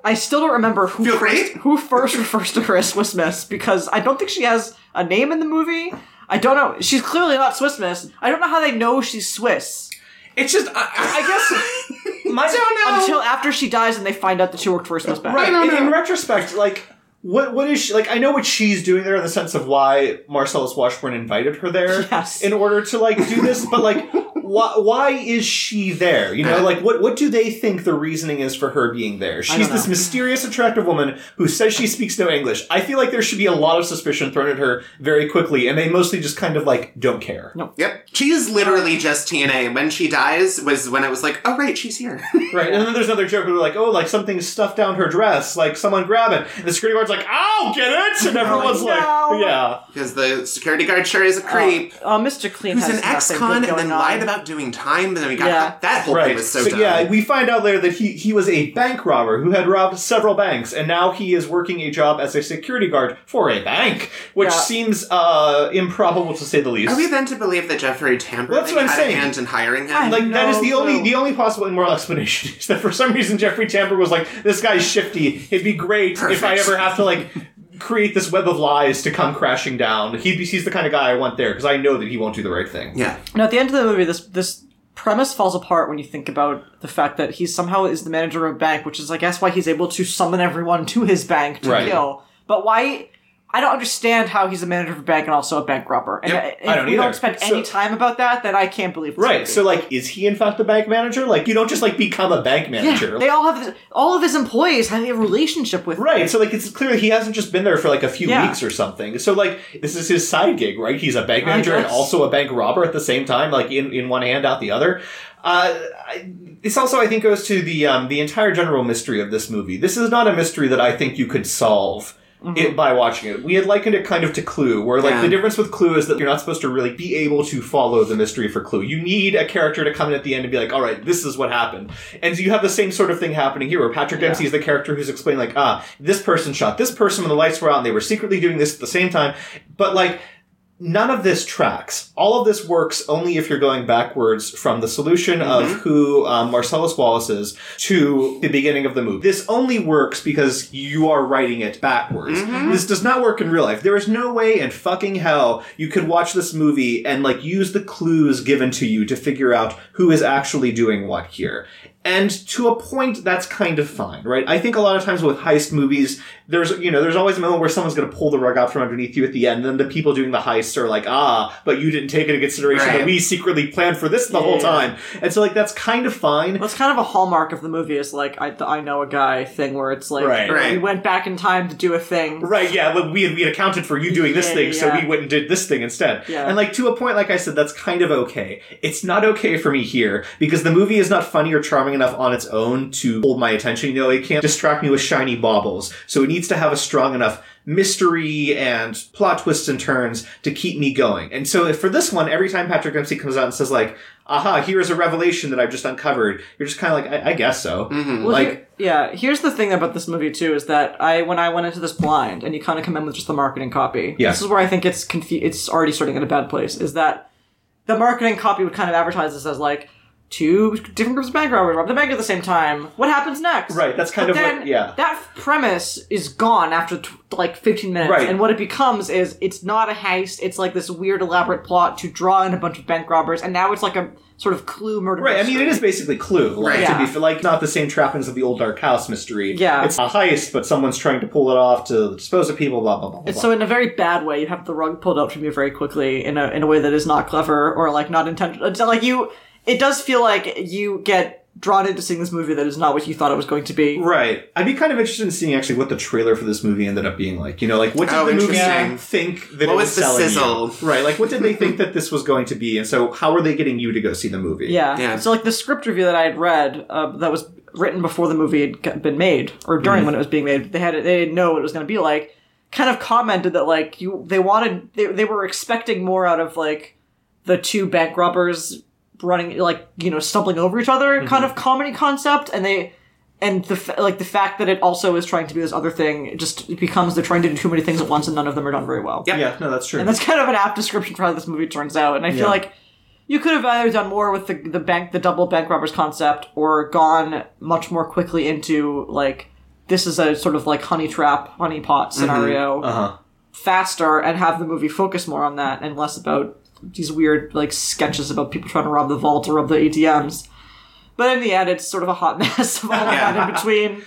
C: I still don't remember who
A: Feel
C: first,
A: great?
C: who first refers to her as Swiss Miss because I don't think she has a name in the movie. I don't know. She's clearly not Swiss Miss. I don't know how they know she's Swiss
B: It's just, I, I I guess, my,
C: until after she dies and they find out that she worked for Swiss Miss.
B: right.
A: I don't
B: in, in
A: know.
B: retrospect, like, what what is she like? I know what she's doing there in the sense of why Marcellus Washburn invited her there
C: Yes.
B: in order to like do this, but like, why, why is she there? You know, like what what do they think the reasoning is for her being there? She's
C: know.
B: this mysterious, attractive woman who says she speaks no English. I feel like there should be a lot of suspicion thrown at her very quickly, and they mostly just kind of like don't care.
C: No.
A: Yep. She is literally just TNA. When she dies was when I was like, oh, right, she's here.
B: Right, and then there's another joke where like, oh, like something's stuffed down her dress, like someone grab it. And the security guard's like, I'll get it, and everyone's like,
C: No.
B: yeah.
A: Because the security guard sure is a creep.
C: Uh, Mr. Clean
A: Who's
C: has
A: an
C: nothing
A: ex-con
C: good
A: and then
C: going on.
A: lied about doing time, but then we got
C: Yeah.
A: that whole thing was so, dumb.
B: yeah, we find out later that he he was a bank robber who had robbed several banks, and now he is working a job as a security guard for a bank, which
C: Yeah.
B: seems uh improbable to say the least.
A: Are we then to believe that Jeffrey Tambor
B: That's what I'm
A: had
B: saying.
A: a hand in hiring him?
B: like that
C: No
B: is the only
C: clue.
B: the only possible immoral explanation is that for some reason Jeffrey Tambor was like this guy's shifty. It'd be great if I
A: Perfect.
B: ever have to like create this web of lies to come crashing down. He'd be he's the kind of guy I want there because I know that he won't do the right thing.
A: yeah.
C: Now, at the end of the movie, this this premise falls apart when you think about the fact that he somehow is the manager of a bank, which is, I guess, why he's able to summon everyone to his bank to
B: Right.
C: kill. But why? I don't understand how he's a manager of a bank and also a bank robber. And
A: Yep,
C: if
B: I don't
C: we
B: either.
C: don't spend any
B: So-
C: time about that, then I can't believe this
B: Right.
C: movie.
B: So like is he in fact the bank manager? Like you don't just like become a bank manager.
C: Yeah, they all have this, all of his employees have a relationship with him.
B: Right, so like it's clear he hasn't just been there for like a few
C: Yeah.
B: weeks or something. So like this is his side gig, right? He's a bank manager and
C: guess.
B: also a bank robber at the same time, like in, in one hand out the other. Uh, I, this also I think goes to the um, the entire general mystery of this movie. This is not a mystery that I think you could solve. It, by watching it, we had likened it kind of to Clue, where like
A: Yeah.
B: the difference with Clue is that you're not supposed to really be able to follow the mystery for Clue. You need a character to come in at the end and be like, "All right, this is what happened." And so you have the same sort of thing happening here, where Patrick Dempsey is the character who's explaining, like, "Ah, this person shot this person when the lights were out, and they were secretly doing this at the same time." But like, none of this tracks. All of this works only if you're going backwards from the solution of who um, Marcellus Wallace is to the beginning of the movie. This only works because you are writing it backwards. This does not work in real life. There is no way in fucking hell you could watch this movie and like use the clues given to you to figure out who is actually doing what here. And to a point, that's kind of fine, right? I think a lot of times with heist movies, there's you know, there's always a moment where someone's going to pull the rug out from underneath you at the end, and then the people doing the heist are like, ah, but you didn't take into consideration that
A: Right.
B: we secretly planned for this the whole
C: Yeah.
B: time, and so like that's kind of fine.
C: Well, it's kind of a hallmark of the movie is like I, the I know a guy thing where it's like
B: Right.
A: Right.
C: we went back in time to do a thing.
B: Right, yeah, but we we had accounted for you doing this
C: Yeah,
B: thing, so
C: yeah.
B: we went and did this thing instead.
C: Yeah.
B: And like to a point, like I said, that's kind of okay. It's not okay for me here because the movie is not funny or charming enough on its own to hold my attention. You know, it can't distract me with shiny baubles. So it needs to have a strong enough mystery and plot twists and turns to keep me going. And so for this one, every time Patrick Dempsey comes out and says like, "Aha, here is a revelation that I've just uncovered," you're just kind of like, "I, I guess so."
C: Well,
B: Like.
C: here- yeah, here's the thing about this movie too is that I when I went into this blind and you kind of come in with just the marketing copy.
B: Yeah.
C: This is where I think it's confu- it's already starting at a bad place is that the marketing copy would kind of advertise this as like two different groups of bank robbers rob the bank at the same time. What happens next?
B: Right, that's kind
C: But
B: of what-
C: then
B: yeah.
C: That premise is gone after t- like 15 minutes
B: Right.
C: and what it becomes is it's not a heist, it's like this weird elaborate plot to draw in a bunch of bank robbers and now it's like a sort of clue murder
B: Right, I mean,
C: mystery.
B: it is basically Clue. Like,
A: Right.
B: to be
C: Yeah.
B: like not the same trappings of the old dark house mystery.
C: Yeah.
B: it's a heist, but someone's trying to pull it off to dispose of people. Blah blah blah. blah,
C: It's so in a very bad way. You have the rug pulled out from you very quickly in a in a way that is not clever or like not intentional. It's Like you, it does feel like you get drawn into seeing this movie that is not what you thought it was going to be.
B: blah. right. I'd be kind of interested in seeing actually what the trailer for this movie ended up being like. You know, like what did
A: Oh,
B: the movie
A: interesting.
B: think that
A: What
B: it
A: was the
B: selling you?
A: sizzle?
B: Right, like what did they think that this was going to be, and so how are they getting you to go see the movie?
C: Yeah.
A: Yeah.
C: So like the script review that I had read uh, that was written before the movie had got- been made or during when it was being made, they had they didn't know what it was going to be like. Kind of commented that like you they wanted they they were expecting more out of like the two bank robbers running like you know stumbling over each other kind of comedy concept and they and the f- like the fact that it also is trying to be this other thing it just it becomes they're trying to do too many things at once and none of them are done very well
A: Yep.
B: yeah, no, that's true.
C: and that's kind of an apt description for how this movie turns out. And I feel
B: Yeah.
C: like you could have either done more with the the bank, the double bank robbers concept, or gone much more quickly into like this is a sort of like honey trap, honey pot scenario
B: uh-huh.
C: faster, and have the movie focus more on that and less about these weird like sketches about people trying to rob the vault or rob the ATMs. But in the end, it's sort of a hot mess of all of that in between.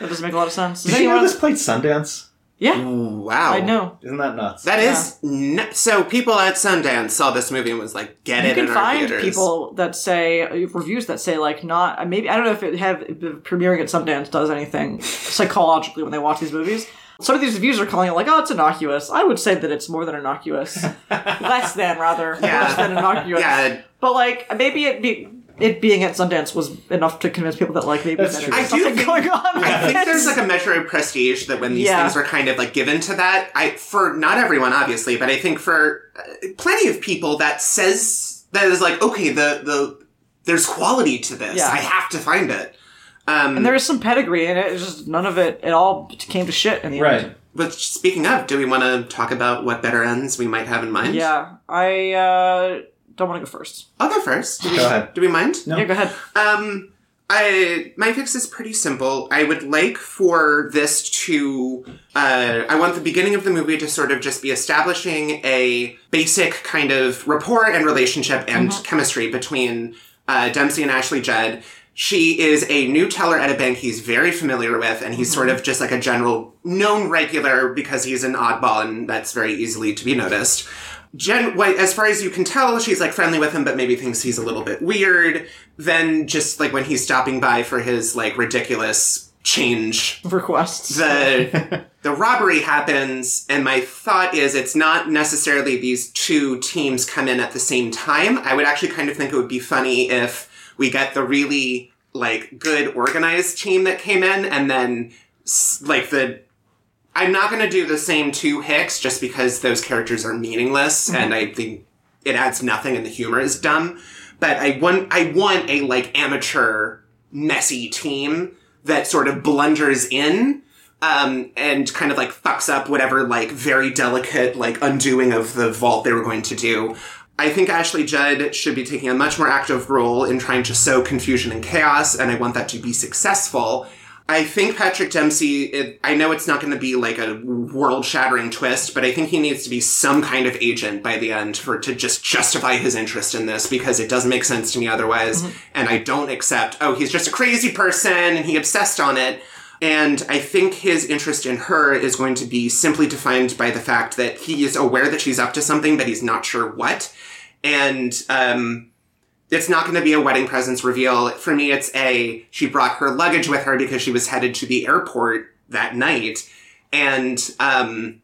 C: That doesn't make a lot of sense. Does
B: Did you know
C: anyone-
B: this played Sundance?
C: Yeah,
A: Wow.
C: I know.
B: Isn't that nuts?
A: That is nu- so. People at Sundance saw this movie and was like, "Get
C: You
A: it!"
C: can
A: in our
C: find
A: theaters.
C: people that say reviews that say like not maybe I don't know if it have if premiering at Sundance does anything psychologically when they watch these movies. Some of these reviews are calling it like, oh, it's innocuous. I would say that it's more than innocuous, less than rather,
A: Yeah.
C: worse than innocuous.
A: Yeah.
C: But like maybe it be it being at Sundance was enough to convince people that like maybe
B: That's
C: there's
B: true.
A: I do
C: something
A: think-
C: going on.
A: I think there's like a measure of prestige that when these
C: Yeah.
A: things are kind of like given to that, I for not everyone obviously, but I think for uh, plenty of people that says that is like okay, the the there's quality to this.
C: Yeah.
A: I have to find it. Um,
C: And there is some pedigree in it. It's just none of it. It all came to shit in the end.
B: right.
A: but speaking of, do we want to talk about what better ends we might have in mind?
C: Yeah. I uh, don't want to go first.
A: I'll go first. Do we,
B: Go ahead.
A: Do we mind?
B: No.
C: Yeah, go ahead.
A: Um, I my fix is pretty simple. I would like for this to. Uh, I want the beginning of the movie to sort of just be establishing a basic kind of rapport and relationship and chemistry between uh, Dempsey and Ashley Judd. She is a new teller at a bank he's very familiar with, and he's sort of just like a general known regular because he's an oddball, and that's very easily to be noticed. Jen, why as far as you can tell, she's like friendly with him, but maybe thinks he's a little bit weird. Then, just like when he's stopping by for his like ridiculous change,
C: Requests.
A: the the robbery happens, and my thought is it's not necessarily these two teams come in at the same time. I would actually kind of think it would be funny if we get the really like good organized team that came in, and then s- like the I'm not going to do the same two Hicks just because those characters are meaningless and I think it adds nothing and the humor is dumb. But I want I want a like amateur messy team that sort of blunders in um, and kind of like fucks up whatever like very delicate like undoing of the vault they were going to do. I think Ashley Judd should be taking a much more active role in trying to sow confusion and chaos, and I want that to be successful. I think Patrick Dempsey, it, I know it's not going to be like a world shattering twist, but I think he needs to be some kind of agent by the end for to just justify his interest in this because it doesn't make sense to me otherwise. And I don't accept, oh, he's just a crazy person and he obsessed on it. And I think his interest in her is going to be simply defined by the fact that he is aware that she's up to something, but he's not sure what. And um, it's not going to be a wedding presents reveal. For me, it's a she brought her luggage with her because she was headed to the airport that night. And um,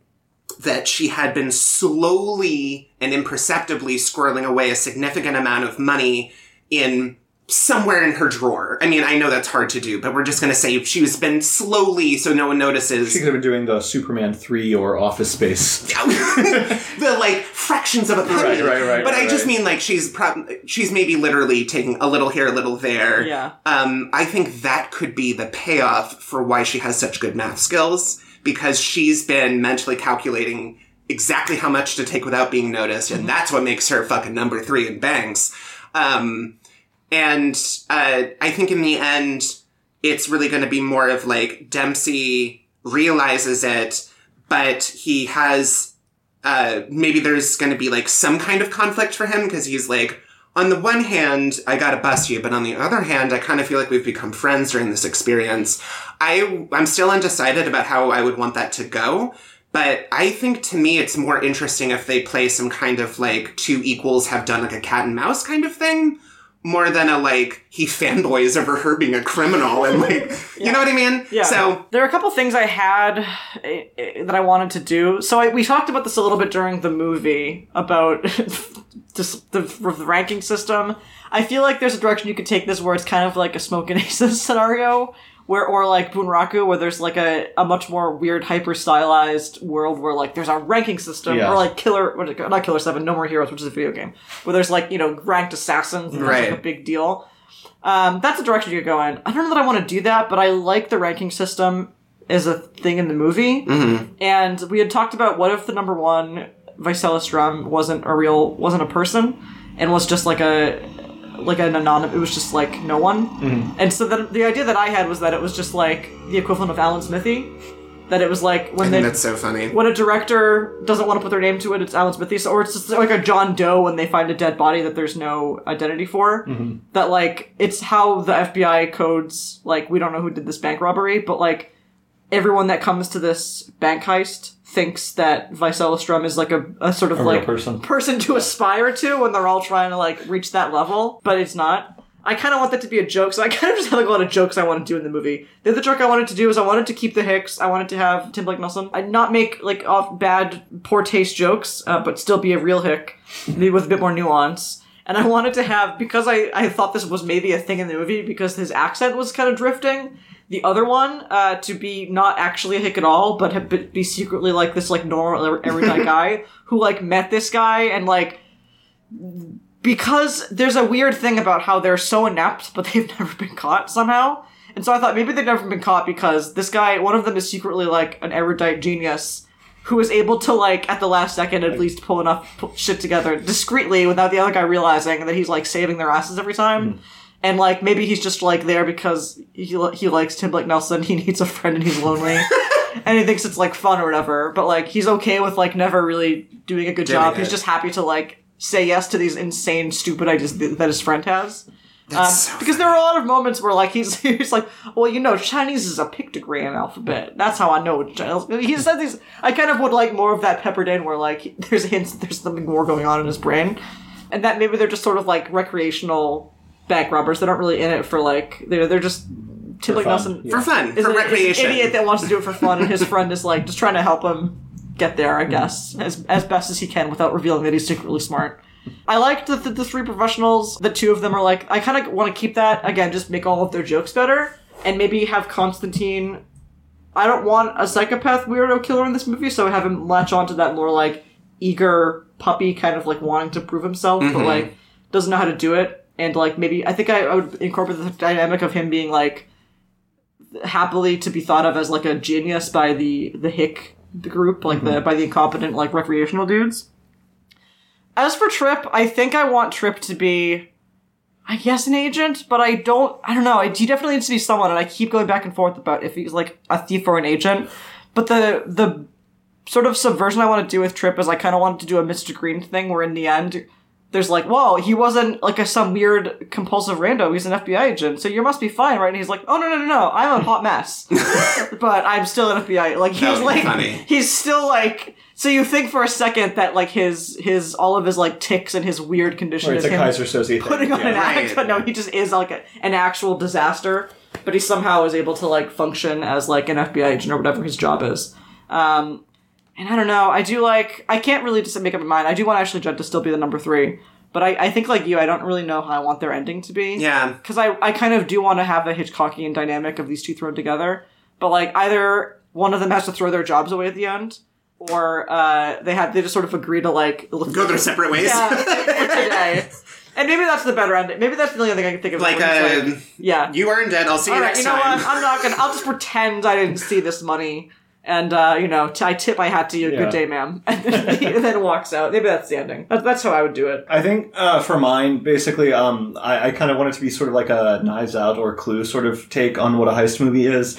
A: that she had been slowly and imperceptibly squirreling away a significant amount of money in somewhere in her drawer. I mean, I know that's hard to do, but we're just going to say she's been slowly so no one notices.
B: She could have been doing the Superman 3 or Office Space.
A: the like fractions of a penny.
B: Right, right, right,
A: But I
B: right,
A: just
B: right.
A: mean like she's prob- she's maybe literally taking a little here, a little there.
C: Yeah.
A: Um, I think that could be the payoff for why she has such good math skills because she's been mentally calculating exactly how much to take without being noticed, and that's what makes her fucking number three in banks. Um, and uh, I think in the end, it's really going to be more of like Dempsey realizes it, but he has uh, maybe there's going to be like some kind of conflict for him because he's like, on the one hand, I got to bust you, but on the other hand, I kind of feel like we've become friends during this experience. I I'm still undecided about how I would want that to go. But I think to me it's more interesting if they play some kind of like two equals have done like a cat and mouse kind of thing, more than a like he fanboys over her being a criminal and like you know what I mean?
C: Yeah.
A: So
C: there are a couple things I had eh, eh, that I wanted to do. So I, we talked about this a little bit during the movie about just the, the ranking system. I feel like there's a direction you could take this where it's kind of like a smoke and aces scenario, where or like Bunraku, where there's like a, a much more weird, hyper stylized world where like there's a ranking system,
B: Yeah.
C: or like Killer, what is it called? not Killer Seven, No More Heroes, which is a video game, where there's like you know ranked assassins, and that's like
A: Right.
C: a big deal. Um, that's the direction you go in. I don't know that I want to do that, but I like the ranking system as a thing in the movie.
A: Mm-hmm.
C: And we had talked about what if the number one Vicellus drum wasn't a real, wasn't a person, and was just like a like an anonymous. It was just like no one.
A: Mm-hmm.
C: And so the, the idea that I had was that it was just like the equivalent of Alan Smithy. That it was like when they
A: that's so funny.
C: when a director doesn't want to put their name to it, it's Alan Smithy, so- or it's just like a John Doe when they find a dead body that there's no identity for. That like it's how the FBI codes like we don't know who did this bank robbery, but like everyone that comes to this bank heist thinks that Vicelostrum is like a, a sort of
B: A real
C: like
B: person.
C: to aspire to when they're all trying to like reach that level, but it's not. I kind of want that to be a joke, so I kind of just had like a lot of jokes I wanted to do in the movie. The other joke I wanted to do is I wanted to keep the Hicks. I wanted to have Tim Blake Nelson. I'd not make like off bad, poor taste jokes, uh, but still be a real Hick, maybe with a bit more nuance. And I wanted to have because I, I thought this was maybe a thing in the movie because his accent was kind of drifting. The other one uh, to be not actually a hick at all, but ha- but be secretly like this like normal everyday guy who like met this guy and like because there's a weird thing about how they're so inept, but they've never been caught somehow. And so I thought maybe they've never been caught because this guy, one of them is secretly like an erudite genius who is able to like at the last second at least pull enough pu- shit together discreetly without the other guy realizing that he's like saving their asses every time. And like maybe he's just like there because he li- he likes Tim Blake Nelson. He needs a friend and he's lonely, and he thinks it's like fun or whatever. But like he's okay with like never really doing a good job. He's
A: it.
C: just happy to like say yes to these insane, stupid ideas th- that his friend has. Um,
A: so
C: because there are a lot of moments where like he's he's like, well, you know, Chinese is a pictogram alphabet. That's how I know what Chinese. He said these. I kind of would like more of that peppered in, where like there's hints that there's something more going on in his brain, and that maybe they're just sort of like recreational bank robbers. They aren't really in it for like they're they're just Tim Blake
B: fun,
C: Nelson
B: yeah.
A: for fun,
C: is
A: for
C: an- is an
A: recreation.
C: idiot that wants to do it for fun, and his friend is like just trying to help him get there,
A: Hmm.
C: I guess, as as best as he can without revealing that he's secretly smart. I liked that the, the three professionals, the two of them are like, I kind of want to keep that again, just make all of their jokes better, and maybe have Constantine. I don't want a psychopath weirdo killer in this movie, so have him latch onto that more like eager puppy kind of like wanting to prove himself,
A: Mm-hmm.
C: but like doesn't know how to do it. And like maybe I think I, I would incorporate the dynamic of him being like happily to be thought of as like a genius by the the hick group, like the by the incompetent like recreational dudes. As for Trip, I think I want Trip to be, I guess, an agent, but I don't. I don't know. I- He definitely needs to be someone, and I keep going back and forth about if he's like a thief or an agent. But the the sort of subversion I want to do with Trip is I kind of wanted to do a Mr. Green thing, where in the end. There's like, whoa, he wasn't like a some weird compulsive rando. He's an FBI agent, so you must be fine, right? And he's like, oh no no no no, I'm a hot mess, but I'm still an FBI. Like he's
A: would be
C: like,
A: funny.
C: he's still like. So you think for a second that like his his all of his like ticks and his weird condition
B: Or
C: is
B: it's a
C: him
B: Kaiser Soze thing.
C: putting on an
B: yeah.
A: right.
C: act, but no, he just is like a, an actual disaster. But he somehow is able to like function as like an FBI agent or whatever his job is. Um, and I don't know. I do like. I can't really just make up my mind. I do want Ashley Judd to still be the number three, but I, I think like you, I don't really know how I want their ending to be.
A: Yeah.
C: Because I, I kind of do want to have the Hitchcockian dynamic of these two thrown together, but like either one of them has to throw their jobs away at the end, or uh, they have they just sort of agree to like
A: Go their separate ways.
C: yeah, for today. And maybe that's the better end. Maybe that's the only thing I can think of.
A: Like,
C: where it's
A: uh,
C: yeah.
A: you earned it. I'll see you
C: All right,
A: next
C: you know
A: time.
C: what? I'm not gonna. I'll just pretend I didn't see this money, and uh, you know, t- I tip my hat to you.
B: Yeah.
C: Good day, ma'am. And then, he then walks out. Maybe that's the ending. That's, that's how I would do it.
B: I think uh, for mine, basically, um, I, I kind of want it to be sort of like a Knives Out or Clue sort of take on what a heist movie is.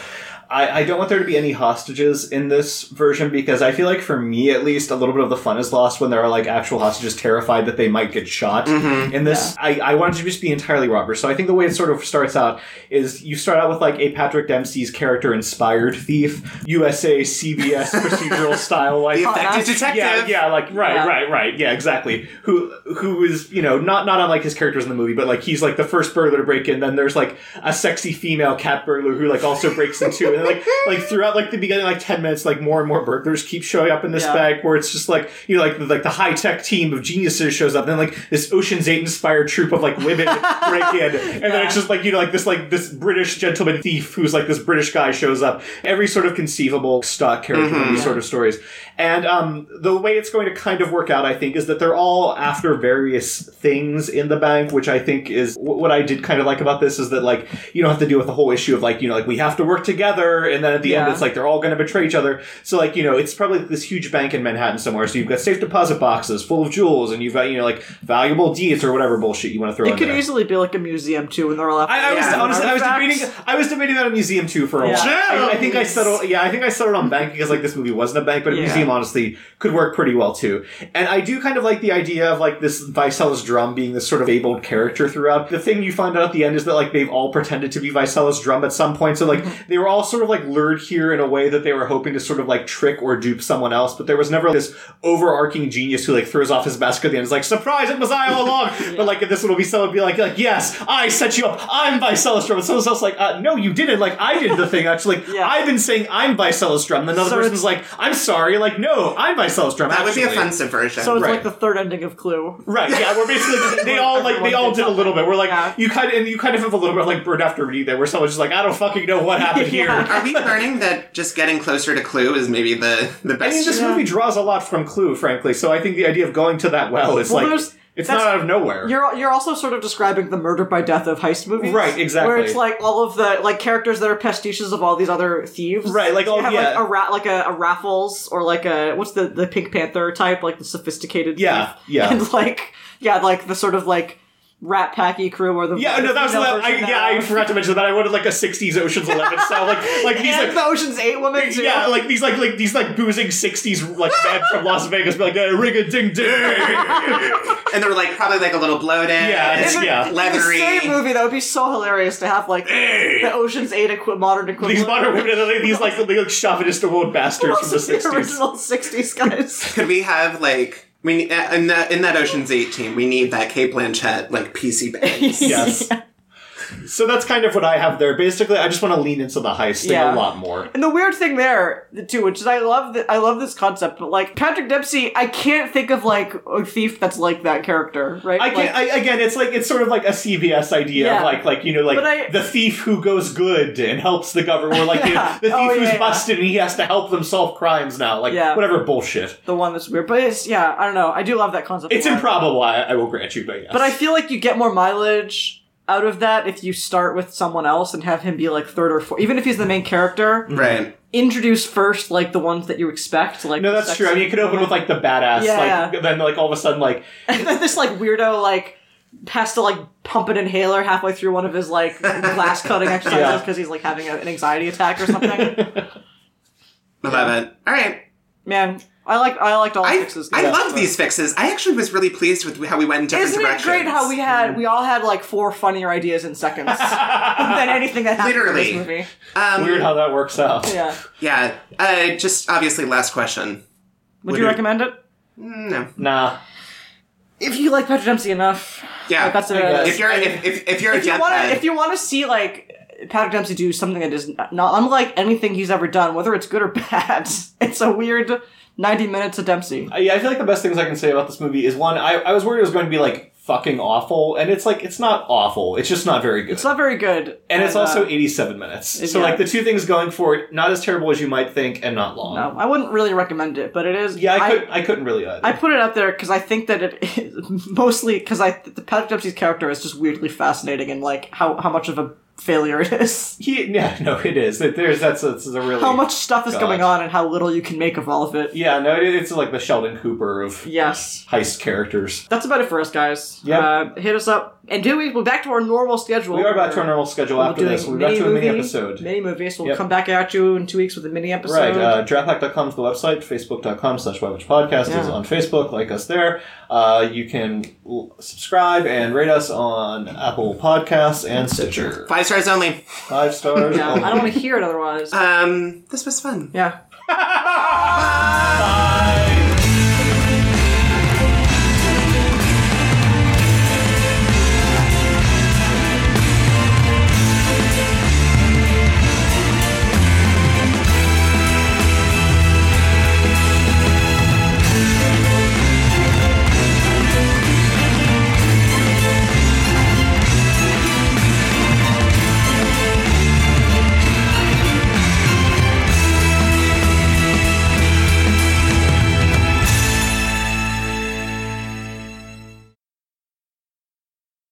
B: I, I don't want there to be any hostages in this version because I feel like for me at least a little bit of the fun is lost when there are like actual hostages terrified that they might get shot. In this, I, I wanted to just be entirely robbers. So I think the way it sort of starts out is you start out with like a Patrick Dempsey's character inspired thief, USA CBS procedural style like
A: the effective
C: that's-
A: detective.
B: yeah, yeah, like right,
C: Yeah.
B: right, right. Yeah, exactly. Who who is you know not not unlike his characters in the movie, but like he's like the first burglar to break in. Then there's like a sexy female cat burglar who like also breaks in too. And like like throughout like the beginning like ten minutes, like more and more burglars keep showing up in this
C: Yeah.
B: bag where it's just like you know like the, like the high tech team of geniuses shows up. And then like this Ocean's Eight inspired troupe of like women break in, and then it's just like you know like this like this British gentleman thief who's like this British guy shows up. Every sort of conceivable stock character in these sort of stories. And um, the way it's going to kind of work out, I think, is that they're all after various things in the bank, which I think is wh- what I did kind of like about this is that like you don't have to deal with the whole issue of like you know like we have to work together, and then at the end
C: Yeah.
B: it's like they're all going to betray each other. So like you know it's probably this huge bank in Manhattan somewhere. So you've got safe deposit boxes full of jewels, and you've got you know like valuable deeds or whatever bullshit you want to throw.
C: It
B: in
C: could
B: there.
C: easily be like a museum too, when they're all.
B: I, I was
A: Yeah,
B: honestly, I was
C: artifacts.
B: debating, I was debating about a museum too for a
C: Yeah.
B: while. I, I think I
A: Gems!
B: settled, yeah, I think I settled on bank because like this movie wasn't a bank, but a
C: Yeah.
B: museum honestly could work pretty well too. And I do kind of like the idea of like this Vicella's drum being this sort of fabled character throughout. The thing you find out at the end is that like they've all pretended to be Vicella's drum at some point, so like they were all sort sort of like lured here in a way that they were hoping to sort of like trick or dupe someone else, but there was never this overarching genius who like throws off his mask at the end. Is like, surprise, it was I all along. But like in this one, will be someone be like, like, yes, I set you up. I'm Vicelostrum. And someone else like, uh, no, you didn't. Like I did the thing. Actually, like
C: Yeah.
B: I've been saying I'm Vicelostrum. And another
C: So
B: person's like, I'm sorry. Like no, I'm Vicelostrum.
A: That would be a
B: actually.
A: fun subversion.
C: So it's
B: Right.
C: like the third ending of Clue.
B: Right, yeah, we're basically they all like they all did a little bit. We're like
C: Yeah.
B: you kind of and you kind of have a little bit like bird after me there, where someone's just like I don't fucking know what happened here.
C: Yeah.
A: Are we learning that just getting closer to Clue is maybe the the
B: I mean,
A: best?
B: this movie draws a lot from Clue, frankly. So I think the idea of going to that well is
C: Well,
B: like
C: there's-
B: it's
C: that's-
B: not out of nowhere.
C: You're you're also sort of describing the murder by death of heist movies,
B: Right, exactly.
C: Where it's like all of the like characters that are pastiches of all these other thieves,
B: Right, like,
C: So you
B: oh,
C: have,
B: yeah.
C: like a rat, like a, a Raffles or like a what's the the Pink Panther type, like the sophisticated,
B: Yeah,
C: thief.
B: yeah.
C: and like yeah, like the sort of like Rat Packy crew or the
B: yeah, no, that was the,
C: female
B: I,
C: version
B: yeah.
C: now.
B: I forgot to mention that I wanted like a '60s Ocean's Eleven style, like like these
C: and
B: like
C: the Ocean's Eight woman too.
B: yeah, like these like like these like boozing '60s like men from Las Vegas, be like ring a ding ding.
A: and they were like probably like a little bloated.
B: Yeah,
A: and
B: it's-
C: If it-
B: yeah.
C: if it was
A: Leathery.
C: The same movie that would be so hilarious to have like the Ocean's Eight equi- modern equivalent.
B: These modern women, and then these like they like chauvinist old bastards from the
C: Also the
B: '60s.
C: original '60s guys.
A: Could we have like we need, uh, in the in that Ocean's Eight team? We need that Kate Blanchett like PC bangs.
B: Yes. So that's kind of what I have there. Basically, I just want to lean into the heist thing
C: Yeah.
B: a lot more.
C: And the weird thing there too, which is I love that I love this concept, but like Patrick Dempsey, I can't think of like a thief that's like that character, right?
B: I can
C: Like,
B: I, again, it's like it's sort of like a CBS idea
C: Yeah.
B: of like like you know like
C: But I-
B: the thief who goes good and helps the government, or like you know,
C: Yeah.
B: the thief
C: Oh, yeah,
B: who's
C: yeah.
B: busted and he has to help them solve crimes now, like
C: Yeah.
B: whatever bullshit.
C: the one that's weird, but it's yeah, I don't know. I do love that concept.
B: It's
C: a lot.
B: improbable, I, I will grant you, but yes.
C: but I feel like you get more mileage out of that if you start with someone else and have him be like third or fourth, even if he's the main character.
A: Right.
C: Introduce first like the ones that you expect, like
B: no,
C: the
B: that's true. I
C: sexy
B: mean, you could open
C: woman.
B: with like the badass,
C: Yeah.
B: like then like all of a sudden like
C: And then this like weirdo like has to like pump an inhaler halfway through one of his like glass cutting exercises
B: Yeah.
C: because he's like having a- an anxiety attack or something.
A: I love it. All right.
C: Man, I like I liked all the
A: I,
C: fixes.
A: I
C: Yeah.
A: love these fixes. I actually was really pleased with how we went in different
C: Isn't it
A: directions.
C: great how we had we all had like four funnier ideas in seconds than anything that happened
A: Literally.
C: in this movie?
A: Um,
B: weird how that works out.
C: Yeah.
A: Yeah. Uh, just obviously last question.
C: Would,
A: Would
C: you
A: it-
C: recommend it?
A: No.
B: Nah.
C: If you like Patrick Dempsey enough,
A: Yeah.
C: like, that's
B: I
C: a,
B: guess.
A: if you're if, if, if you're a
C: if you
A: death
C: want to
A: head-
C: if you want to see like Patrick Dempsey do something that is not unlike anything he's ever done, whether it's good or bad. It's a weird ninety minutes of Dempsey.
B: Uh, Yeah, I feel like the best things I can say about this movie is one, I, I was worried it was going to be like fucking awful, and it's like it's not awful. It's just not very good.
C: It's not very good,
B: and it's also
C: uh,
B: 87 minutes.
C: it-
B: so
C: yeah.
B: like the two things going for it, not as terrible as you might think, and not long.
C: no, I wouldn't really recommend it, but it is.
B: Yeah, I, could I couldn't really either.
C: I put it up there because I think that it is mostly because I the Patrick Dempsey's character is just weirdly fascinating and like how how much of a failure it is,
B: he, yeah, no, it is. That- There's that's a, that's a really
C: how much stuff is
B: God.
C: going on, and how little you can make of all of it.
B: Yeah, no, it, it's like the Sheldon Cooper of
C: Yes.
B: heist characters.
C: That's about it for us, guys.
B: Yep.
C: Uh, hit us up. And do we, we're back to our normal schedule.
B: We are back to our normal schedule
C: We're
B: after
C: doing
B: this. We're back to a mini
C: mini-movie,
B: episode.
C: Mini movies. We'll
B: Yep.
C: come back at you in two weeks with a mini episode.
B: Right, uh, drafthack.com is the website. Facebook.com slash Wybitch Podcast is
C: Yeah.
B: on Facebook. Like us there. Uh, you can l- subscribe and rate us on Apple Podcasts and Stitcher.
A: five stars only.
B: Five stars.
A: Uh,
C: yeah, I don't want to hear it otherwise.
A: Um, this was fun.
C: yeah.
B: Bye.